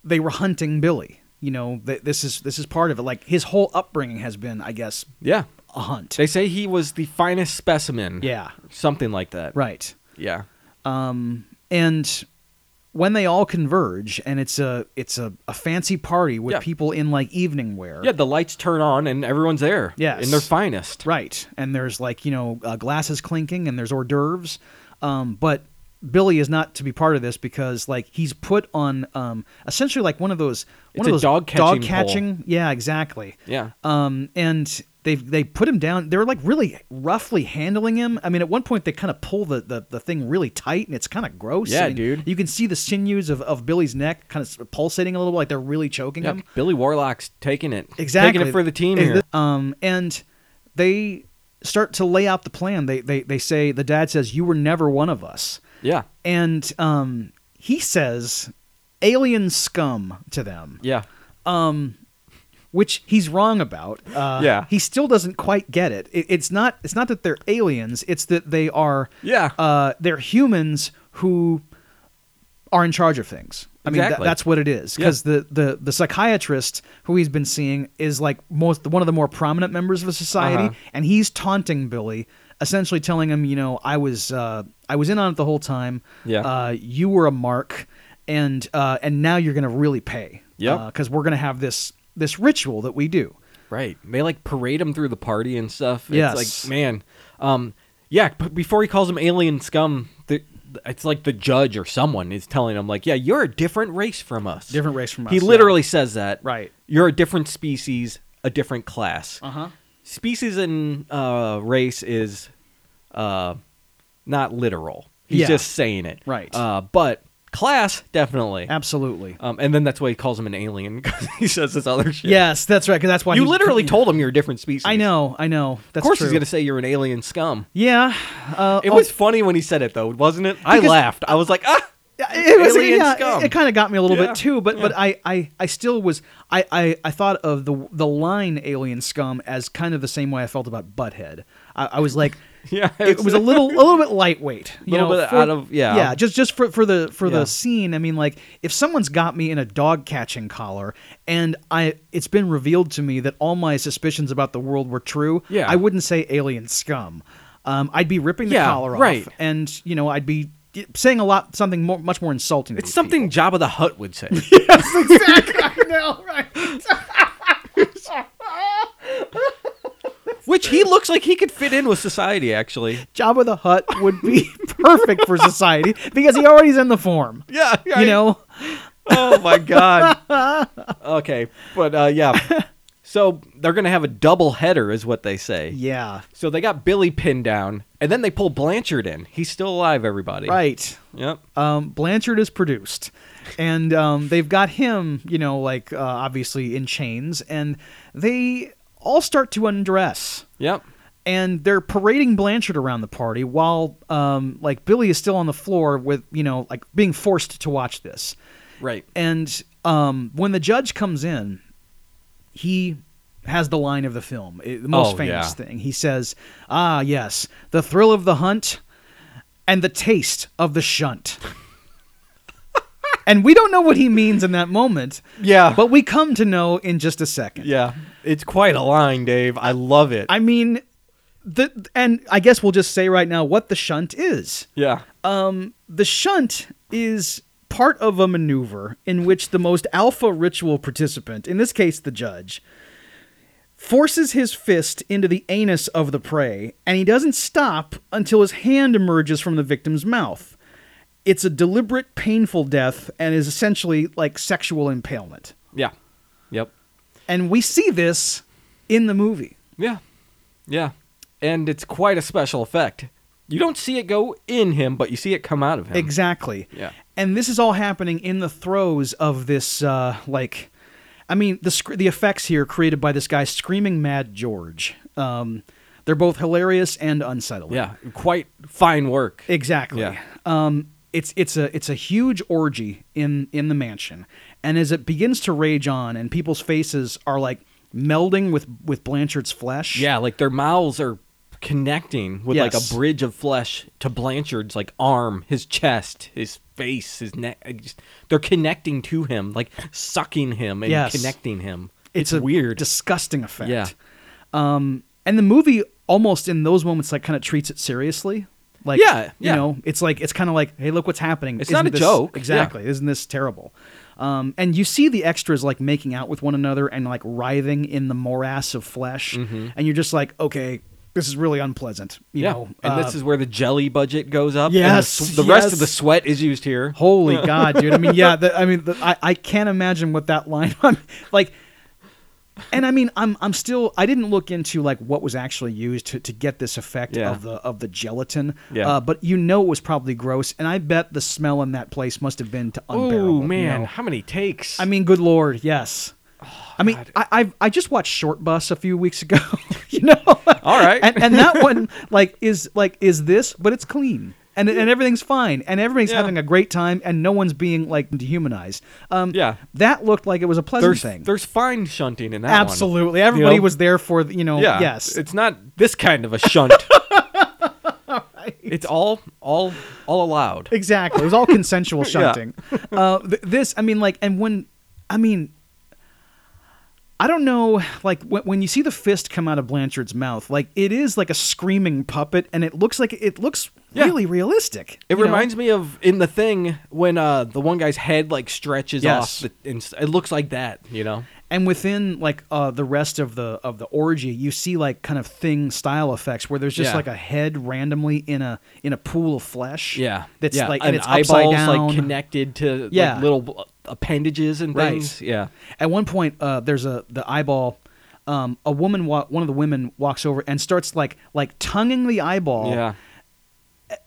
S2: they were hunting Billy. You know, th- this is this is part of it. Like his whole upbringing has been, I guess,
S1: Yeah.
S2: a hunt.
S1: They say he was the finest specimen.
S2: yeah,
S1: Something like that.
S2: right.
S1: Yeah.
S2: Um, and when they all converge, and it's a it's a, a fancy party with
S1: Yeah.
S2: people in like evening wear.
S1: Yeah. The lights turn on and everyone's there.
S2: Yes.
S1: In their finest.
S2: Right. And there's like, you know, uh, glasses clinking and there's hors d'oeuvres. Um, but Billy is not to be part of this because like he's put on um, essentially like one of those one
S1: It's
S2: of
S1: a
S2: those
S1: dog-catching
S2: dog catching. Yeah, exactly.
S1: Yeah.
S2: Um, and they they put him down. They're like really roughly handling him. I mean, at one point they kind of pull the, the, the thing really tight, and it's kind of gross.
S1: Yeah,
S2: I mean,
S1: dude.
S2: You can see the sinews of, of Billy's neck kind of pulsating a little, like they're really choking
S1: Yeah.
S2: him.
S1: Billy Warlock's taking it.
S2: Exactly.
S1: Taking it for the team
S2: Is
S1: here.
S2: th- Um, and they start to lay out the plan. They they they say the dad says you were never one of us,
S1: yeah.
S2: and um, he says alien scum to them,
S1: Yeah.
S2: which he's wrong about. Uh,
S1: Yeah.
S2: he still doesn't quite get it. it. It's not it's not that they're aliens. It's that they are
S1: Yeah.
S2: uh, they're humans who are in charge of things. I mean, tha-
S1: Exactly.
S2: that's what it is. Because the, the, the psychiatrist who he's been seeing is like most one of the more prominent members of the society,
S1: Uh-huh.
S2: and he's taunting Billy, essentially telling him, you know, I was uh, I was in on it the whole time.
S1: Yeah.
S2: Uh, you were a mark, and uh, and now you're gonna really pay.
S1: Yep.
S2: Because we're gonna have this this ritual that we do.
S1: Right. They like parade him through the party and stuff. It's
S2: Yes.
S1: like, man. Um yeah, but before he calls him alien scum, the, it's like the judge or someone is telling him like, "Yeah, you're a different race from us."
S2: Different race from
S1: He
S2: us, yeah.
S1: literally says that.
S2: Right. Uh-huh.
S1: You're a different species, a different class.
S2: huh.
S1: Species and uh race is uh not literal. He's
S2: Yeah.
S1: just saying it.
S2: Right.
S1: Uh but class definitely.
S2: Absolutely.
S1: Um and then that's why he calls him an alien cuz he says this other shit.
S2: Yes, that's right. Because that's why
S1: You
S2: he-
S1: literally told him you're a different species.
S2: I know. I know. That's
S1: Of course,
S2: true.
S1: he's gonna say you're an alien scum.
S2: Yeah, uh,
S1: It
S2: oh,
S1: was funny when he said it, though, wasn't it? I
S2: Because-
S1: laughed. I was like, ah,
S2: It was
S1: alien
S2: yeah.
S1: scum.
S2: It, kind of got me a little
S1: Yeah,
S2: bit too, but but I, I I still was I, I I thought of the the line alien scum as kind of the same way I felt about Butthead. I, I was like.
S1: Yeah,
S2: it
S1: it's-
S2: was a little, a little bit lightweight, you
S1: Little
S2: know,
S1: bit out of- yeah.
S2: yeah, just just for for the for
S1: Yeah.
S2: the scene. I mean, like if someone's got me in a dog catching collar, and I, it's been revealed to me that all my suspicions about the world were true.
S1: Yeah.
S2: I wouldn't say alien scum. Um, I'd be ripping the
S1: Yeah,
S2: collar off,
S1: right.
S2: and you know, I'd be saying a lot, something more, much more insulting. to
S1: it's
S2: these
S1: something Jabba the Hutt would say.
S2: people. no, right?
S1: Which he looks like he could fit in with society, actually.
S2: Jabba the Hutt would be perfect for society because he already's in the form.
S1: Yeah,
S2: You know,
S1: Oh my god. okay, but uh, yeah. So they're gonna have a double header, is what they say.
S2: yeah,
S1: So they got Billy pinned down, and then they pull Blanchard in. He's still alive, everybody.
S2: right.
S1: Yep.
S2: Um, Blanchard is produced, and um, they've got him, you know, like uh, obviously in chains, and they all start to undress.
S1: Yep.
S2: and they're parading Blanchard around the party while um, like Billy is still on the floor with you know like being forced to watch this.
S1: Right.
S2: And um, when the judge comes in, he has the line of the film, it- the most
S1: Oh,
S2: famous
S1: yeah.
S2: thing. He says, "Ah, yes, the thrill of the hunt and the taste of the shunt." and we don't know what he means in that moment.
S1: Yeah.
S2: But we come to know in just a second.
S1: Yeah. It's quite a line, Dave. I love it.
S2: I mean, the and I guess we'll just say right now what the shunt is.
S1: yeah.
S2: Um, the shunt is part of a maneuver in which the most alpha ritual participant, in this case the judge, forces his fist into the anus of the prey, and he doesn't stop until his hand emerges from the victim's mouth. It's a deliberate, painful death and is essentially like sexual impalement.
S1: Yeah. Yep.
S2: And we see this in the movie.
S1: Yeah. Yeah. And it's quite a special effect. You don't see it go in him, but you see it come out of him.
S2: Exactly.
S1: Yeah.
S2: And this is all happening in the throes of this, uh, like, I mean, the sc- the effects here created by this guy screaming Mad George. Um, they're both hilarious and unsettling.
S1: yeah. Quite fine work.
S2: Exactly.
S1: Yeah.
S2: Um, it's it's a it's a huge orgy in in the mansion, and as it begins to rage on, and people's faces are like melding with with Blanchard's flesh.
S1: yeah. Like their mouths are connecting with like
S2: Yes.
S1: a bridge of flesh to Blanchard's like arm, his chest, his face, his neck. I just- They're connecting to him, like sucking him and
S2: Yes.
S1: connecting him.
S2: it's,
S1: It's,
S2: a
S1: weird.
S2: disgusting effect.
S1: Yeah.
S2: Um, and the movie almost in those moments like kind of treats it seriously. Like,
S1: Yeah,
S2: you
S1: yeah.
S2: know, it's like it's kind of like, hey, look what's happening.
S1: It's not a
S2: this-
S1: joke, yeah.
S2: exactly. Isn't this terrible? Um, and you see the extras like making out with one another and like writhing in the morass of flesh, and you're just like, okay, this is really unpleasant.
S1: Mm-hmm.
S2: You
S1: yeah.
S2: know,
S1: and
S2: uh,
S1: this is where the jelly budget goes up. and
S2: Yes,
S1: the, sw- the rest
S2: yes.
S1: of the sweat is used here.
S2: Holy God, dude! I mean, yeah. The, I mean, the, I I can't imagine what that line. I'm like, and I mean, I'm I'm still. I didn't look into like what was actually used to, to get this effect
S1: Yeah.
S2: of the of the gelatin.
S1: Yeah.
S2: Uh, but you know, it was probably gross, and I bet the smell in that place must have been to unbearable.
S1: Oh
S2: you
S1: man,
S2: know?
S1: how many takes?
S2: I mean, good lord, yes.
S1: Oh,
S2: I mean, I, I I just watched Short Bus a few weeks ago. you know,
S1: All right.
S2: and and that one like is like is this, but it's clean and and everything's fine and everybody's
S1: Yeah.
S2: having a great time and no one's being like dehumanized. Um,
S1: Yeah.
S2: that looked like it was a pleasant
S1: there's
S2: thing.
S1: there's fine shunting in that one.
S2: Absolutely, everybody
S1: You know?
S2: was there for the- you know.
S1: Yeah.
S2: Yes,
S1: It's not this kind of a shunt. It's all all all allowed.
S2: Exactly. It was all consensual shunting. uh, th- this, I mean, like, and when, I mean, I don't know, like, when, when you see the fist come out of Blanchard's mouth, like, it is like a screaming puppet, and it looks like it looks
S1: Yeah.
S2: really realistic.
S1: It
S2: you know?
S1: reminds me of in the thing when uh the one guy's head like stretches
S2: Yes.
S1: off the, and s- it looks like that, you know.
S2: and within like uh, the rest of the of the orgy, you see like kind of thing style effects where there's just
S1: Yeah.
S2: like a head randomly in a in a pool of flesh.
S1: Yeah.
S2: that's
S1: yeah.
S2: like and, it's upside
S1: eyeballs
S2: down.
S1: like connected to
S2: Yeah.
S1: like little bl- appendages and
S2: Right.
S1: things. Yeah.
S2: At one point, uh, there's a the eyeball. Um, a woman, wa- one of the women, walks over and starts like like tonguing the eyeball.
S1: Yeah.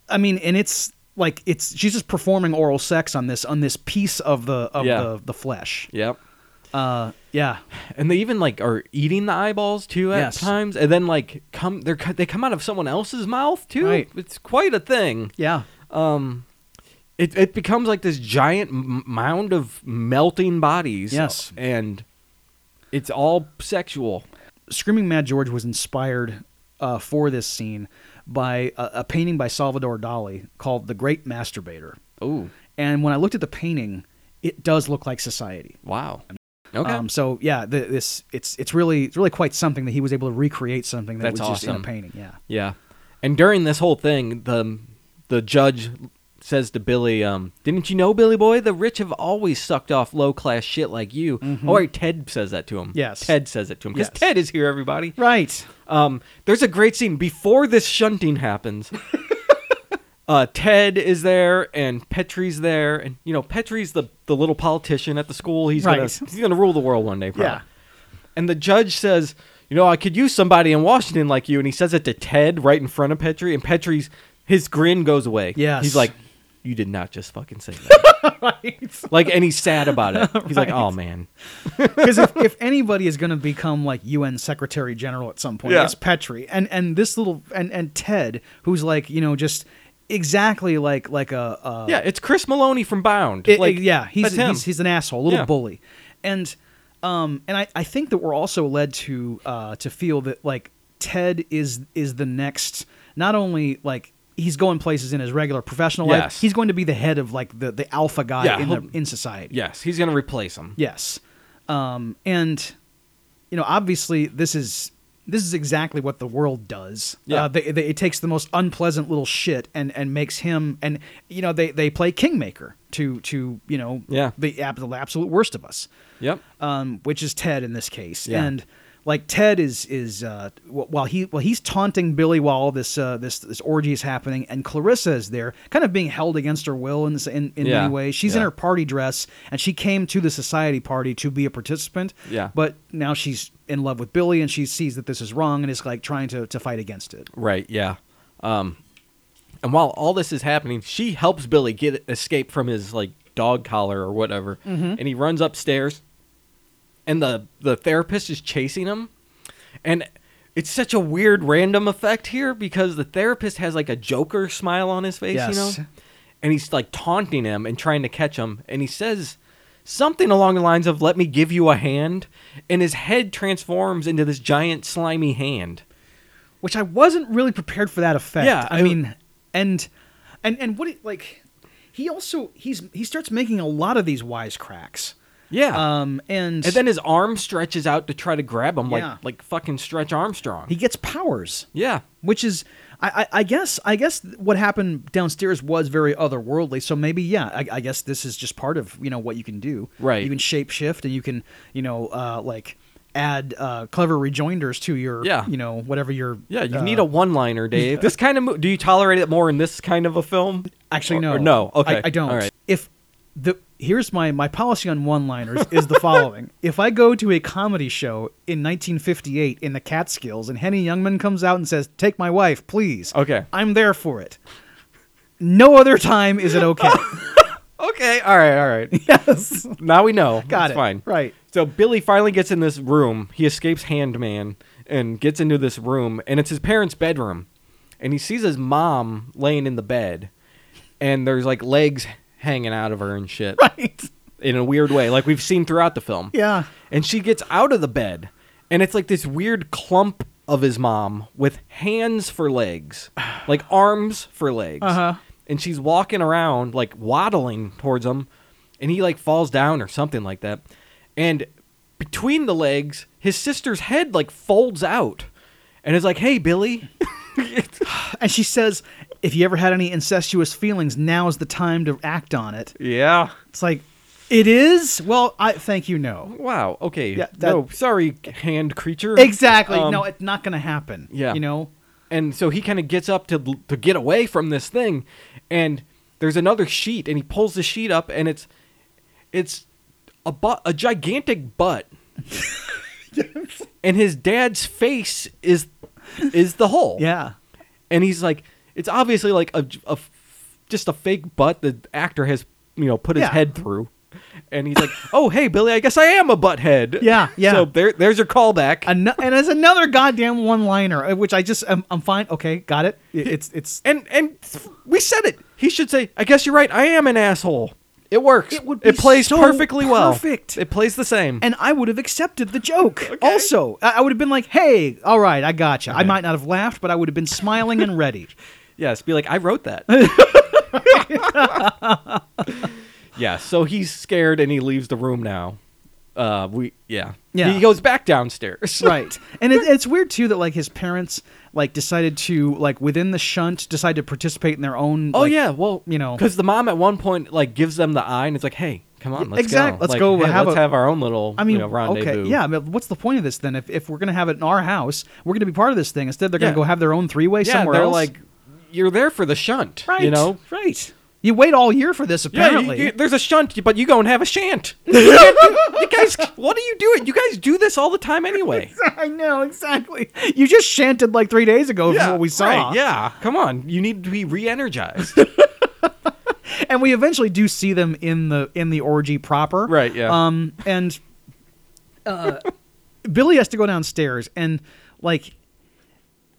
S2: I mean, and it's like it's she's just performing oral sex on this on this piece of the of
S1: Yeah.
S2: the, the flesh.
S1: Yep.
S2: Uh, yeah,
S1: and they even like are eating the eyeballs too at
S2: Yes.
S1: times and then like come they're cu- they come out of someone else's mouth too
S2: Right.
S1: it's quite a thing
S2: yeah,
S1: um it, it becomes like this giant m- mound of melting bodies
S2: Yes.
S1: and it's all sexual
S2: Screaming Mad George was inspired uh, for this scene by a, a painting by Salvador Dali called "The Great Masturbator."
S1: oh
S2: And when I looked at the painting, it does look like society.
S1: wow okay
S2: Um, so yeah, the, this it's it's really it's really quite something that he was able to recreate something that
S1: That's
S2: was just in a
S1: awesome.
S2: painting. Yeah.
S1: yeah and during this whole thing the the judge says to billy um didn't you know billy boy the rich have always sucked off low class shit like you oh wait ted says that to him
S2: Mm-hmm. Yes.
S1: ted says it to him because
S2: Yes.
S1: ted is here everybody
S2: Right.
S1: Um, there's a great scene before this shunting happens. uh, Ted is there and Petrie's there, and you know Petrie's the the little politician at the school. He's gonna
S2: Right.
S1: he's gonna rule the world one day. Probably.
S2: Yeah.
S1: And the judge says, you know, I could use somebody in Washington like you, and he says it to Ted right in front of Petrie, and Petrie's his grin goes away.
S2: Yes.
S1: He's like, you did not just fucking say that. like, and he's sad about it. He's like, oh man.
S2: Because if, if anybody is going to become like UN Secretary General at some point,
S1: Yeah.
S2: it's Petrie and and this little and and Ted, who's like you know just exactly like like a, a
S1: Yeah, it's Chris Maloney from Bound.
S2: It-
S1: like,
S2: it- yeah, he's,
S1: that's him.
S2: he's he's an asshole, a little
S1: Yeah.
S2: bully, and um, and I, I think that we're also led to uh, to feel that like Ted is is the next not only like he's going places in his regular professional life,
S1: Yes.
S2: he's going to be the head of like the the alpha guy
S1: Yeah,
S2: in the,
S1: he'll-
S2: in society.
S1: yes, he's gonna replace him.
S2: Yes, um, and you know obviously this is. This is exactly what the world does.
S1: Yeah.
S2: Uh, they, they, it takes the most unpleasant little shit and, and makes him and you know they, they play kingmaker to to you know
S1: Yeah.
S2: the, ab- the absolute worst of us,
S1: Yep.
S2: um, which is Ted in this case.
S1: Yeah.
S2: And like Ted is is uh, wh- while he while he's taunting Billy while all this uh, this this orgy is happening, and Clarissa is there, kind of being held against her will in this, in, in
S1: Yeah.
S2: many ways. She's in
S1: Yeah.
S2: her party dress, and she came to the society party to be a participant.
S1: Yeah.
S2: but now she's in love with Billy, and she sees that this is wrong, and is like trying to to fight against it.
S1: Right, yeah. Um and while all this is happening, she helps Billy get escape from his like dog collar or whatever. And he runs upstairs and the the therapist is chasing him. And it's such a weird random effect here because the therapist has like a joker smile on his face, you
S2: Yes.
S1: know? And he's like taunting him and trying to catch him and he says something along the lines of let me give you a hand and his head transforms into this giant slimy hand.
S2: which I wasn't really prepared for that effect.
S1: Yeah,
S2: I
S1: I-
S2: mean, and and and what it, like he also he's he starts making a lot of these wisecracks.
S1: Yeah.
S2: Um, and,
S1: And then his arm stretches out to try to grab him,
S2: Yeah.
S1: like like fucking Stretch Armstrong.
S2: he gets powers,
S1: yeah,
S2: which is I, I I guess I guess what happened downstairs was very otherworldly. So maybe yeah, I, I guess this is just part of you know what you can do.
S1: Right.
S2: you can shape shift and you can you know uh, like add uh, clever rejoinders to your
S1: Yeah.
S2: you know whatever your
S1: yeah. You
S2: uh,
S1: need a one-liner, Dave. This kind of mo- do you tolerate it more in this kind of a film?
S2: Actually,
S1: Or-
S2: no.
S1: or no. Okay,
S2: I, I don't.
S1: All right.
S2: If the here's my my policy on one-liners is the following: if I go to a comedy show in 1958 in the Catskills and Henny Youngman comes out and says, "Take my wife, please,"
S1: Okay.
S2: I'm there for it. No other time is it okay.
S1: Okay. All right. All right.
S2: yes,
S1: now we know.
S2: got
S1: It's
S2: it.
S1: Fine.
S2: Right.
S1: So Billy finally gets in this room. He escapes Handman and gets into this room, and it's his parents' bedroom. And he sees his mom laying in the bed, and there's like legs hanging out of her and shit.
S2: Right.
S1: in a weird way, like we've seen throughout the film.
S2: Yeah.
S1: And she gets out of the bed, and it's like this weird clump of his mom with hands for legs, like arms for legs.
S2: Uh-huh.
S1: And she's walking around, like waddling towards him, and he like falls down or something like that. And between the legs, his sister's head like folds out, and is like, "Hey, Billy."
S2: And she says, "If you ever had any incestuous feelings, now's the time to act on it."
S1: yeah.
S2: It's like, it is. Well, I thank you. No.
S1: Wow. Okay.
S2: Yeah, that-
S1: no, sorry, hand creature.
S2: Exactly.
S1: Um,
S2: no, it's not going to happen.
S1: Yeah.
S2: You know?
S1: and so he kind of gets up to to get away from this thing and there's another sheet and he pulls the sheet up and it's it's a butt a gigantic butt and his dad's face is is the hole
S2: Yeah.
S1: and he's like it's obviously like a, a f- just a fake butt the actor has you know put his
S2: Yeah.
S1: head through and he's like oh hey billy i guess i am a butt head
S2: Yeah, yeah.
S1: so there, there's your callback
S2: An- and it's another goddamn one liner, which I just, I'm, I'm fine. Okay. Got it. It- It's, it's,
S1: And and we said it. He should say, "I guess you're right. I am an asshole." It works.
S2: It would be
S1: it plays
S2: so
S1: perfectly well.
S2: perfect.
S1: It plays the same.
S2: and I would have accepted the joke. Also, I, I would have been like, hey, all right, I gotcha. I might not have laughed, but I would have been smiling and ready.
S1: yes, be like, "I wrote that." yeah. So he's scared and he leaves the room now. Uh, we yeah
S2: Yeah.
S1: He goes back downstairs.
S2: right. And it, it's weird too that like his parents like decided to like within the shunt decide to participate in their own.
S1: Oh
S2: like-
S1: yeah. Well,
S2: you know.
S1: because the mom at one point like gives them the eye and it's like, "Hey, come on, let's
S2: exact-
S1: go.
S2: let's
S1: Like,
S2: go
S1: hey,
S2: have
S1: let's
S2: a-
S1: have our own little
S2: I mean,
S1: you know, rendezvous."
S2: okay, yeah. But what's the point of this then? If, if we're gonna have it in our house, we're gonna be part of this thing. Instead, they're gonna
S1: Yeah.
S2: go have their own three way
S1: Yeah.
S2: somewhere
S1: they're
S2: else.
S1: like, "You're there for the shunt." You know.
S2: right. You wait all year for this,
S1: Yeah, you-
S2: apparently.
S1: you- there's a shunt, but you go and have a shant. you, can't do- you guys, what are you doing? You guys do this all the time anyway.
S2: I know exactly. You just shanted like three days ago from what we saw,
S1: right, yeah, come on. You need to be re-energized.
S2: and we eventually do see them in the in the orgy proper,
S1: Right, yeah.
S2: Um, and uh, Billy has to go downstairs, and like,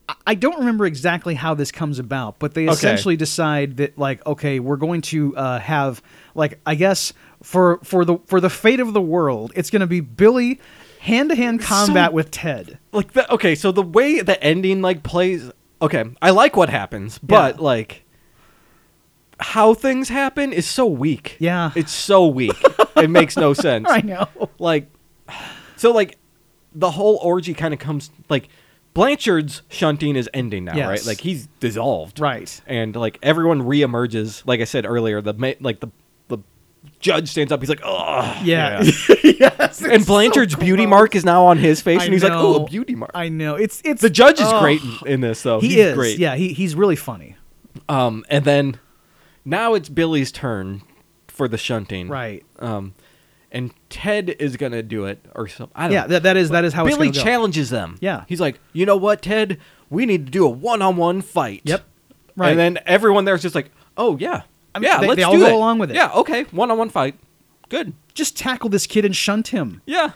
S2: I- I don't remember exactly how this comes about, but they
S1: Okay.
S2: essentially decide that like, okay, we're going to uh, have like, I guess for for the for the fate of the world, it's going to be Billy hand to hand combat with Ted.
S1: like the, okay, so the way the ending like plays. Okay, I like what happens, but
S2: Yeah.
S1: like how things happen is so weak.
S2: Yeah.
S1: it's so weak. it makes no sense.
S2: I know.
S1: like so like the whole orgy kind of comes like Blanchard's shunting is ending now,
S2: Yes.
S1: right? Like he's dissolved,
S2: Right.
S1: And like everyone reemerges. Like I said earlier, the ma- like the the judge stands up. He's like, oh,
S2: Yeah. yes.
S1: And Blanchard's beauty mark is now on his face,
S2: I
S1: and he's like,
S2: know.
S1: oh, a beauty mark.
S2: I know. It's it's
S1: the judge is
S2: oh,
S1: great in, in this, though.
S2: He
S1: he's
S2: is.
S1: great.
S2: Yeah, he, he's really funny.
S1: Um, and then now it's Billy's turn for the shunting.
S2: Right.
S1: Um, and Ted is gonna do it or something. I don't
S2: Yeah,
S1: know.
S2: that, that is that is how
S1: Billy
S2: it's gonna go.
S1: challenges them.
S2: Yeah.
S1: He's like, you know what, Ted? We need to do a one-on-one fight.
S2: Yep. Right.
S1: And then everyone there's just like, oh yeah,
S2: I mean,
S1: yeah,
S2: they-
S1: let's
S2: they all
S1: do
S2: go
S1: that.
S2: along with it.
S1: Yeah. Okay. One-on-one fight. Good.
S2: Just tackle this kid and shunt him.
S1: Yeah.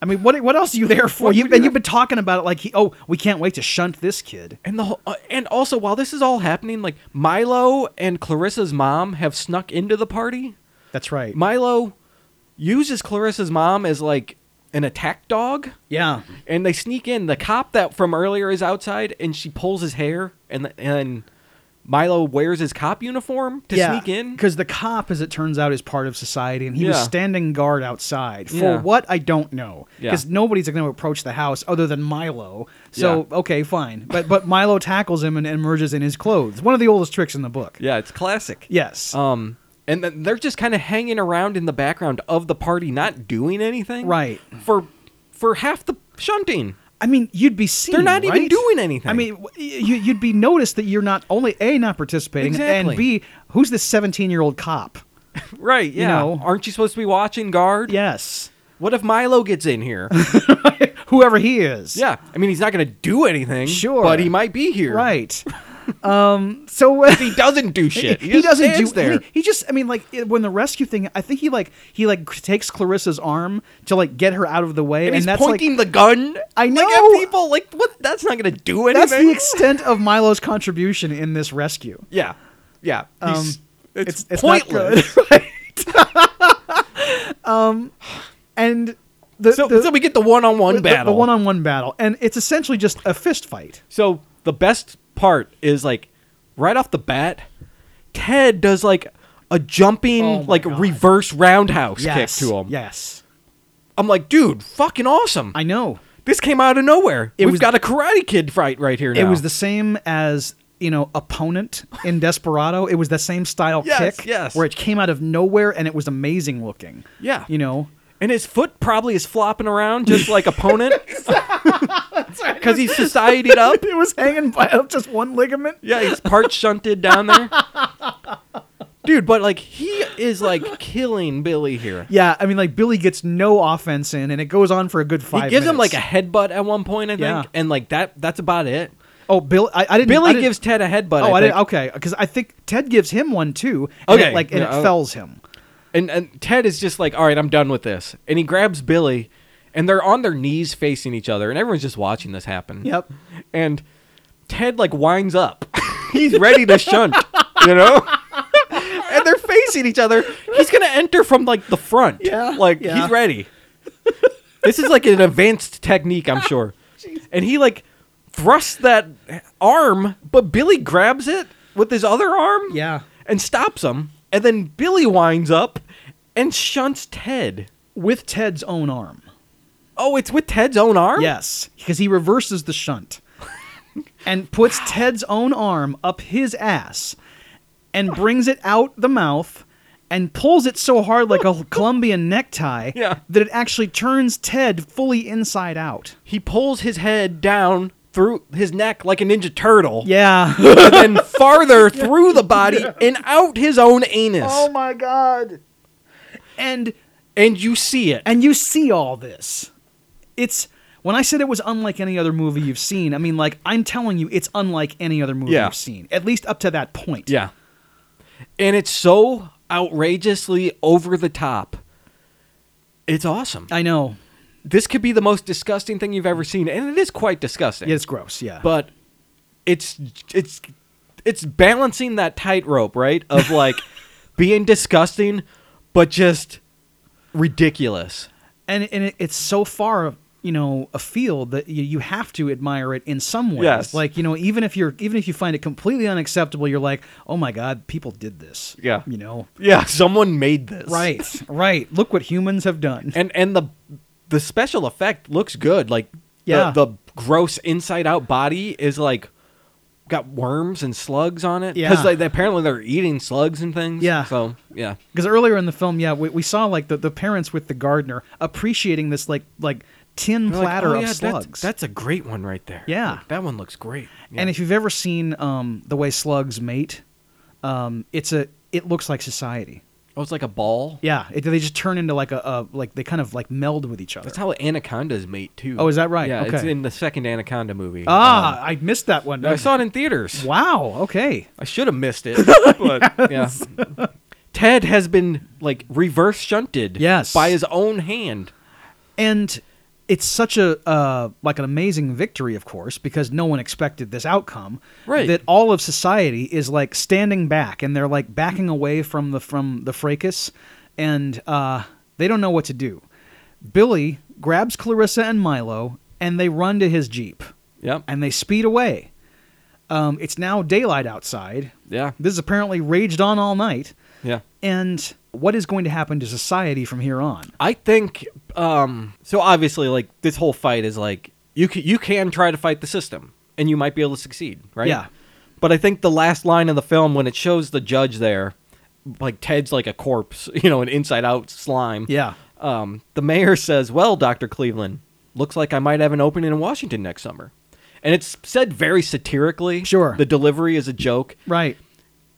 S2: I mean, what what else are you there for?
S1: What
S2: You
S1: are you
S2: and you've been talking about it like he. Oh, we can't wait to shunt this kid.
S1: And the whole, uh, and also while this is all happening, like Milo and Clarissa's mom have snuck into the party.
S2: That's right.
S1: Milo uses Clarissa's mom as like an attack dog,
S2: yeah.
S1: and they sneak in. The cop that from earlier is outside, and she pulls his hair, and and Milo wears his cop uniform to
S2: yeah.
S1: sneak in.
S2: because the cop, as it turns out, is part of society, and he was
S1: Yeah.
S2: standing guard outside for
S1: Yeah.
S2: what I don't know.
S1: Yeah.
S2: Because nobody's going to approach the house other than Milo. So
S1: Yeah.
S2: okay, fine. But but Milo tackles him and, and emerges in his clothes. One of the oldest tricks in the book.
S1: Yeah, it's classic.
S2: Yes.
S1: Um, and then they're just kind of hanging around in the background of the party, not doing anything.
S2: Right.
S1: For for half the shunting.
S2: I mean, you'd be seen.
S1: They're not even
S2: right?
S1: doing anything.
S2: I mean, w- you, you'd be noticed that you're not only a not participating,
S1: Exactly.
S2: and b who's this 17 year old cop?
S1: Right. Yeah.
S2: know.
S1: Aren't you supposed to be watching guard?
S2: Yes,
S1: What if Milo gets in here?
S2: whoever he is.
S1: yeah. I mean, he's not going to do anything.
S2: Sure.
S1: But he might be here.
S2: right. um. So uh,
S1: He doesn't do shit.
S2: he,
S1: just
S2: doesn't do
S1: stands there.
S2: He, he just. I mean, like it- when the rescue thing, I think he like he like takes Clarissa's arm to like get her out of the way,
S1: and
S2: and,
S1: he's
S2: that's
S1: pointing
S2: like.
S1: the gun.
S2: I
S1: Like
S2: know.
S1: at people. Like what? That's not going to do anything.
S2: That's the extent of Milo's contribution in this rescue.
S1: yeah. Yeah. He's, it's,
S2: not
S1: pointless.
S2: good, right? um, and the
S1: so,
S2: the,
S1: so we get the one-on-one
S2: the-
S1: battle.
S2: the one-on-one battle, and it's essentially just a fist fight.
S1: So the best part is like right off the bat, Ted does like a jumping
S2: Oh my
S1: like
S2: God.
S1: reverse roundhouse
S2: Yes,
S1: kick to him.
S2: Yes,
S1: I'm like, dude, fucking awesome.
S2: I know.
S1: this came out of nowhere.
S2: It
S1: We've
S2: was-
S1: got a Karate Kid fight right here. Now.
S2: It was the same as you know opponent in Desperado. It was the same style
S1: Yes,
S2: kick,
S1: yes.
S2: where it came out of nowhere and it was amazing looking.
S1: Yeah.
S2: you know.
S1: and his foot probably is flopping around just like opponent because he's societied up.
S2: It was hanging by just one ligament.
S1: Yeah, he's part shunted down there. Dude, but like he is like killing Billy here.
S2: Yeah, I mean, like Billy gets no offense in, and it goes on for a good five.
S1: he gives him like a
S2: minutes.
S1: headbutt at one point, I think,
S2: Yeah.
S1: and like that—that's about it.
S2: oh, Bill. I, I didn't. I
S1: Billy
S2: didn't-
S1: gives Ted a headbutt.
S2: Oh, I,
S1: I
S2: didn't.
S1: think.
S2: Okay, because I think Ted gives him one too. And
S1: Okay,
S2: it, like and
S1: yeah,
S2: it
S1: I'll-
S2: fells him.
S1: and and Ted is just like, all right, I'm done with this, and he grabs Billy, and they're on their knees facing each other, and everyone's just watching this happen.
S2: Yep.
S1: And Ted like winds up. He's ready to shunt, you know. and they're facing each other. He's gonna enter from like the front.
S2: Yeah,
S1: Like
S2: yeah.
S1: he's ready. this is like an advanced technique, I'm sure. and he like thrusts that arm, but Billy grabs it with his other arm.
S2: Yeah.
S1: And stops him. And then Billy winds up and shunts Ted.
S2: with Ted's own arm.
S1: Oh, it's with Ted's own arm?
S2: Yes, because he reverses the shunt and puts Ted's own arm up his ass and brings it out the mouth and pulls it so hard like a Colombian necktie
S1: Yeah.
S2: that it actually turns Ted fully inside out.
S1: He pulls his head down through his neck like a ninja turtle.
S2: Yeah.
S1: and then farther through the body and out his own anus.
S2: Oh my god. And
S1: and you see it.
S2: and you see all this. It's when I said it was unlike any other movie you've seen, I mean like I'm telling you it's unlike any other movie
S1: Yeah.
S2: you've seen. At least up to that point.
S1: yeah. And it's so outrageously over the top. It's awesome.
S2: I know.
S1: this could be the most disgusting thing you've ever seen, and it is quite disgusting.
S2: Yeah, it's gross, yeah.
S1: but it's it's it's balancing that tightrope, right? Of like being disgusting, but just ridiculous.
S2: and and it, it's so far you know afield that you, you have to admire it in some ways
S1: Yes.
S2: like you know even if you're even if you find it completely unacceptable you're like oh my god people did this
S1: Yeah.
S2: you know
S1: Yeah, someone made this.
S2: right right look what humans have done
S1: and and the the special effect looks good. Like the-
S2: Yeah.
S1: the, gross inside out body is like got worms and slugs on it.
S2: Yeah.
S1: Because like, they- apparently they're eating slugs and things.
S2: Yeah.
S1: So yeah,
S2: Because earlier in the film, yeah, we, we saw like the, the parents with the gardener appreciating this like like tin
S1: They're like,
S2: platter
S1: "Oh,
S2: of
S1: yeah, that's-
S2: slugs.
S1: That's, a great one right there.
S2: Yeah.
S1: Like, that one looks great. Yeah.
S2: And if you've ever seen um, the way slugs mate, um, it's a it looks like society.
S1: oh, it's like a ball.
S2: Yeah, it, they just turn into like a, a like they kind of like meld with each other.
S1: That's how anacondas mate too.
S2: Oh, is that right?
S1: Yeah, it's
S2: Okay.
S1: in the second Anaconda movie. Um,
S2: ah, I missed that one.
S1: I saw it in theaters.
S2: Wow. Okay.
S1: I should have missed it. But yeah. Ted has been like reverse shunted
S2: Yes.
S1: by his own hand.
S2: and it's such a uh, like an amazing victory of course because no one expected this outcome
S1: Right.
S2: that all of society is like standing back and they're like backing away from the from the fracas and uh, they don't know what to do billy grabs clarissa and milo and they run to his jeep
S1: Yep.
S2: and they speed away um, it's now daylight outside
S1: yeah.
S2: this apparently raged on all night
S1: Yeah.
S2: and what is going to happen to society from here on
S1: I think um so obviously like this whole fight is like you can, you can try to fight the system and you might be able to succeed, right?
S2: Yeah.
S1: But I think the last line of the film when it shows the judge there like Ted's like a corpse, you know, an inside out slime.
S2: yeah
S1: Um, the mayor says, "Well, Dr. Cleveland, looks like I might have an opening in Washington next summer." And it's said very satirically.
S2: Sure.
S1: The delivery is a joke.
S2: right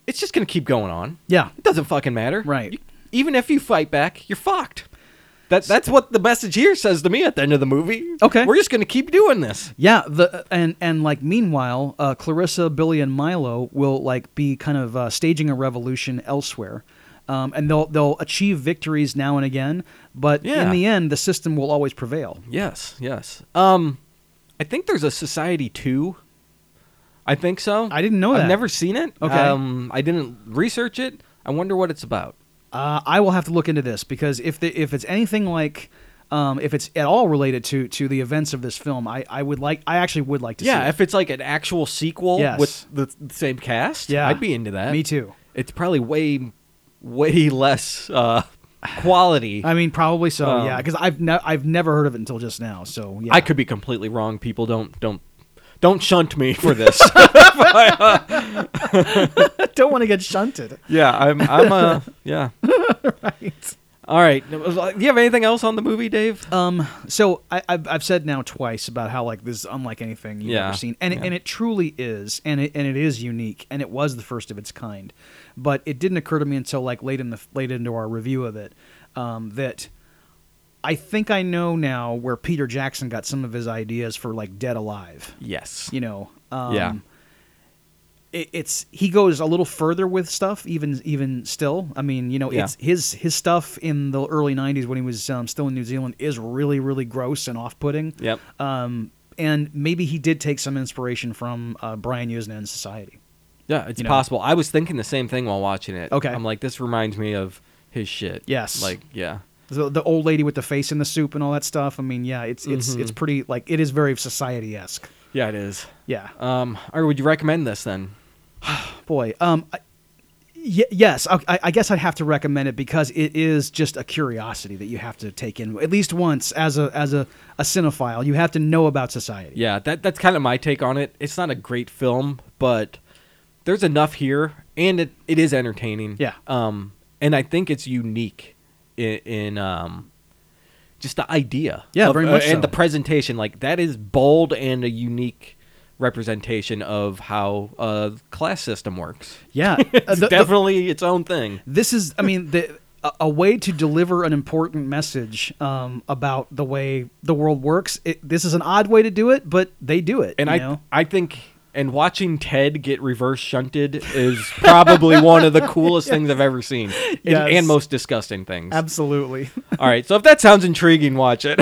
S1: It's just going to keep going on.
S2: yeah
S1: It doesn't fucking matter.
S2: Right.
S1: You- even if you fight back, you're fucked. That, that's what the message here says to me at the end of the movie.
S2: Okay.
S1: We're just going to keep doing this.
S2: Yeah, the and and like meanwhile, uh, Clarissa, Billy, and Milo will like be kind of uh, staging a revolution elsewhere, um, and they'll they'll achieve victories now and again, but in
S1: Yeah.
S2: the end, the system will always prevail.
S1: Yes, yes. Um, I think there's a Society 2. I think so.
S2: I didn't know
S1: I've
S2: that.
S1: never seen it.
S2: Okay.
S1: Um, I didn't research it. I wonder what it's about.
S2: Uh, I will have to look into this because if the, if it's anything like. Um, if it's at all related to to the events of this film, I, I would like I actually would like to see.
S1: Yeah,
S2: it.
S1: if it's like an actual sequel
S2: Yes.
S1: with the, the same cast,
S2: Yeah.
S1: I'd be into that.
S2: Me too.
S1: It's probably way, way less uh, quality.
S2: I mean, probably so.
S1: Um,
S2: yeah, because I've ne- I've never heard of it until just now. So yeah,
S1: I could be completely wrong. People don't don't don't shunt me for this.
S2: don't want to get shunted.
S1: yeah, I'm I'm
S2: uh,
S1: a yeah.
S2: Right.
S1: All right. Do you have anything else on the movie, Dave?
S2: Um, so I, I've, I've said now twice about how like this is unlike anything you've
S1: Yeah.
S2: ever seen, and it,
S1: Yeah.
S2: and it truly is, and it and it is unique, and it was the first of its kind, but it didn't occur to me until like late in the late into our review of it, um, that I think I know now where Peter Jackson got some of his ideas for like Dead Alive,
S1: yes.
S2: you know, um,
S1: Yeah.
S2: It, it's he goes a little further with stuff, even even still. I mean, you know,
S1: Yeah.
S2: it's his his stuff in the early '90s when he was um, still in New Zealand is really really gross and off putting.
S1: Yep.
S2: Um, and maybe he did take some inspiration from uh, Brian Usnan's Society.
S1: Yeah, it's
S2: you know.
S1: possible. I was thinking the same thing while watching it.
S2: Okay.
S1: I'm like, this reminds me of his shit.
S2: Yes.
S1: Like, yeah.
S2: The, the old lady with the face in the soup and all that stuff. I mean, yeah, it's it's
S1: Mm-hmm.
S2: it's pretty like it is very society esque.
S1: Yeah, it is.
S2: Yeah.
S1: Um, or would you recommend this then?
S2: boy um I, y- yes I, I- I guess i'd have to recommend it because it is just a curiosity that you have to take in at least once as a as a, a cinephile you have to know about society
S1: Yeah, that that's kind of my take on it. It's not a great film, but there's enough here, and it, it is entertaining.
S2: Yeah.
S1: Um, and I think it's unique in, in um, just the idea. of-
S2: Yeah,
S1: uh,
S2: very much so.
S1: And the presentation, like that, is bold and a unique representation of how uh class system works.
S2: yeah Uh,
S1: It's
S2: the- the-
S1: definitely its own thing.
S2: this is i mean the a- a way to deliver an important message um, about the way the world works. It, this is an odd way to do it, but they do it.
S1: and
S2: you
S1: I
S2: know?
S1: I think and watching Ted get reverse shunted is probably one of the coolest things I've ever seen, and,
S2: Yes.
S1: and most disgusting things.
S2: absolutely.
S1: All right, so if that sounds intriguing, watch it.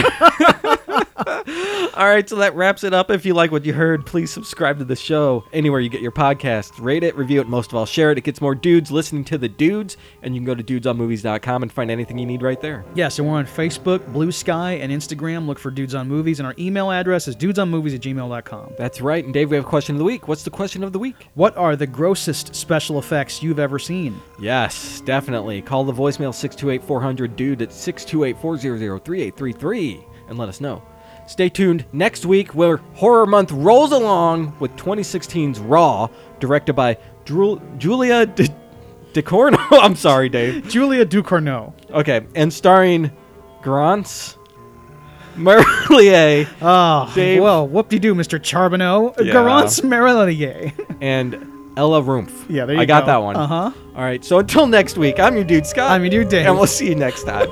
S1: All right, so that wraps it up. If you like what you heard, please subscribe to the show anywhere you get your podcasts. Rate it, review it, most of all, share it. It gets more dudes listening to the dudes, and you can go to dudesonmovies.com and find anything you need right there.
S2: Yeah, so we're on Facebook, Blue Sky, and Instagram. Look for Dudes on Movies, and our email address is dudesonmovies at gmail.com.
S1: That's right, and Dave, we have a question of the week. What's the question of the week?
S2: What are the grossest special effects you've ever seen?
S1: Yes, definitely. Call the voicemail 628 400 dude at 628 400 3833 and let us know. Stay tuned next week where Horror Month rolls along with 2016's Raw, directed by Drew- Julia De- DeCorno. I'm sorry, Dave.
S2: Julia Ducournau.
S1: Okay, and starring Grants Merlier
S2: Ah,
S1: Dave-
S2: well, whoop-de-doo, Mr. Charbonneau.
S1: Yeah.
S2: Garance Marillier.
S1: and Ella Rumpf.
S2: Yeah, there you
S1: I got
S2: go.
S1: that one.
S2: Uh-huh.
S1: All right, so until next week, I'm your dude, Scott.
S2: I'm your dude, Dave.
S1: And we'll see you next time.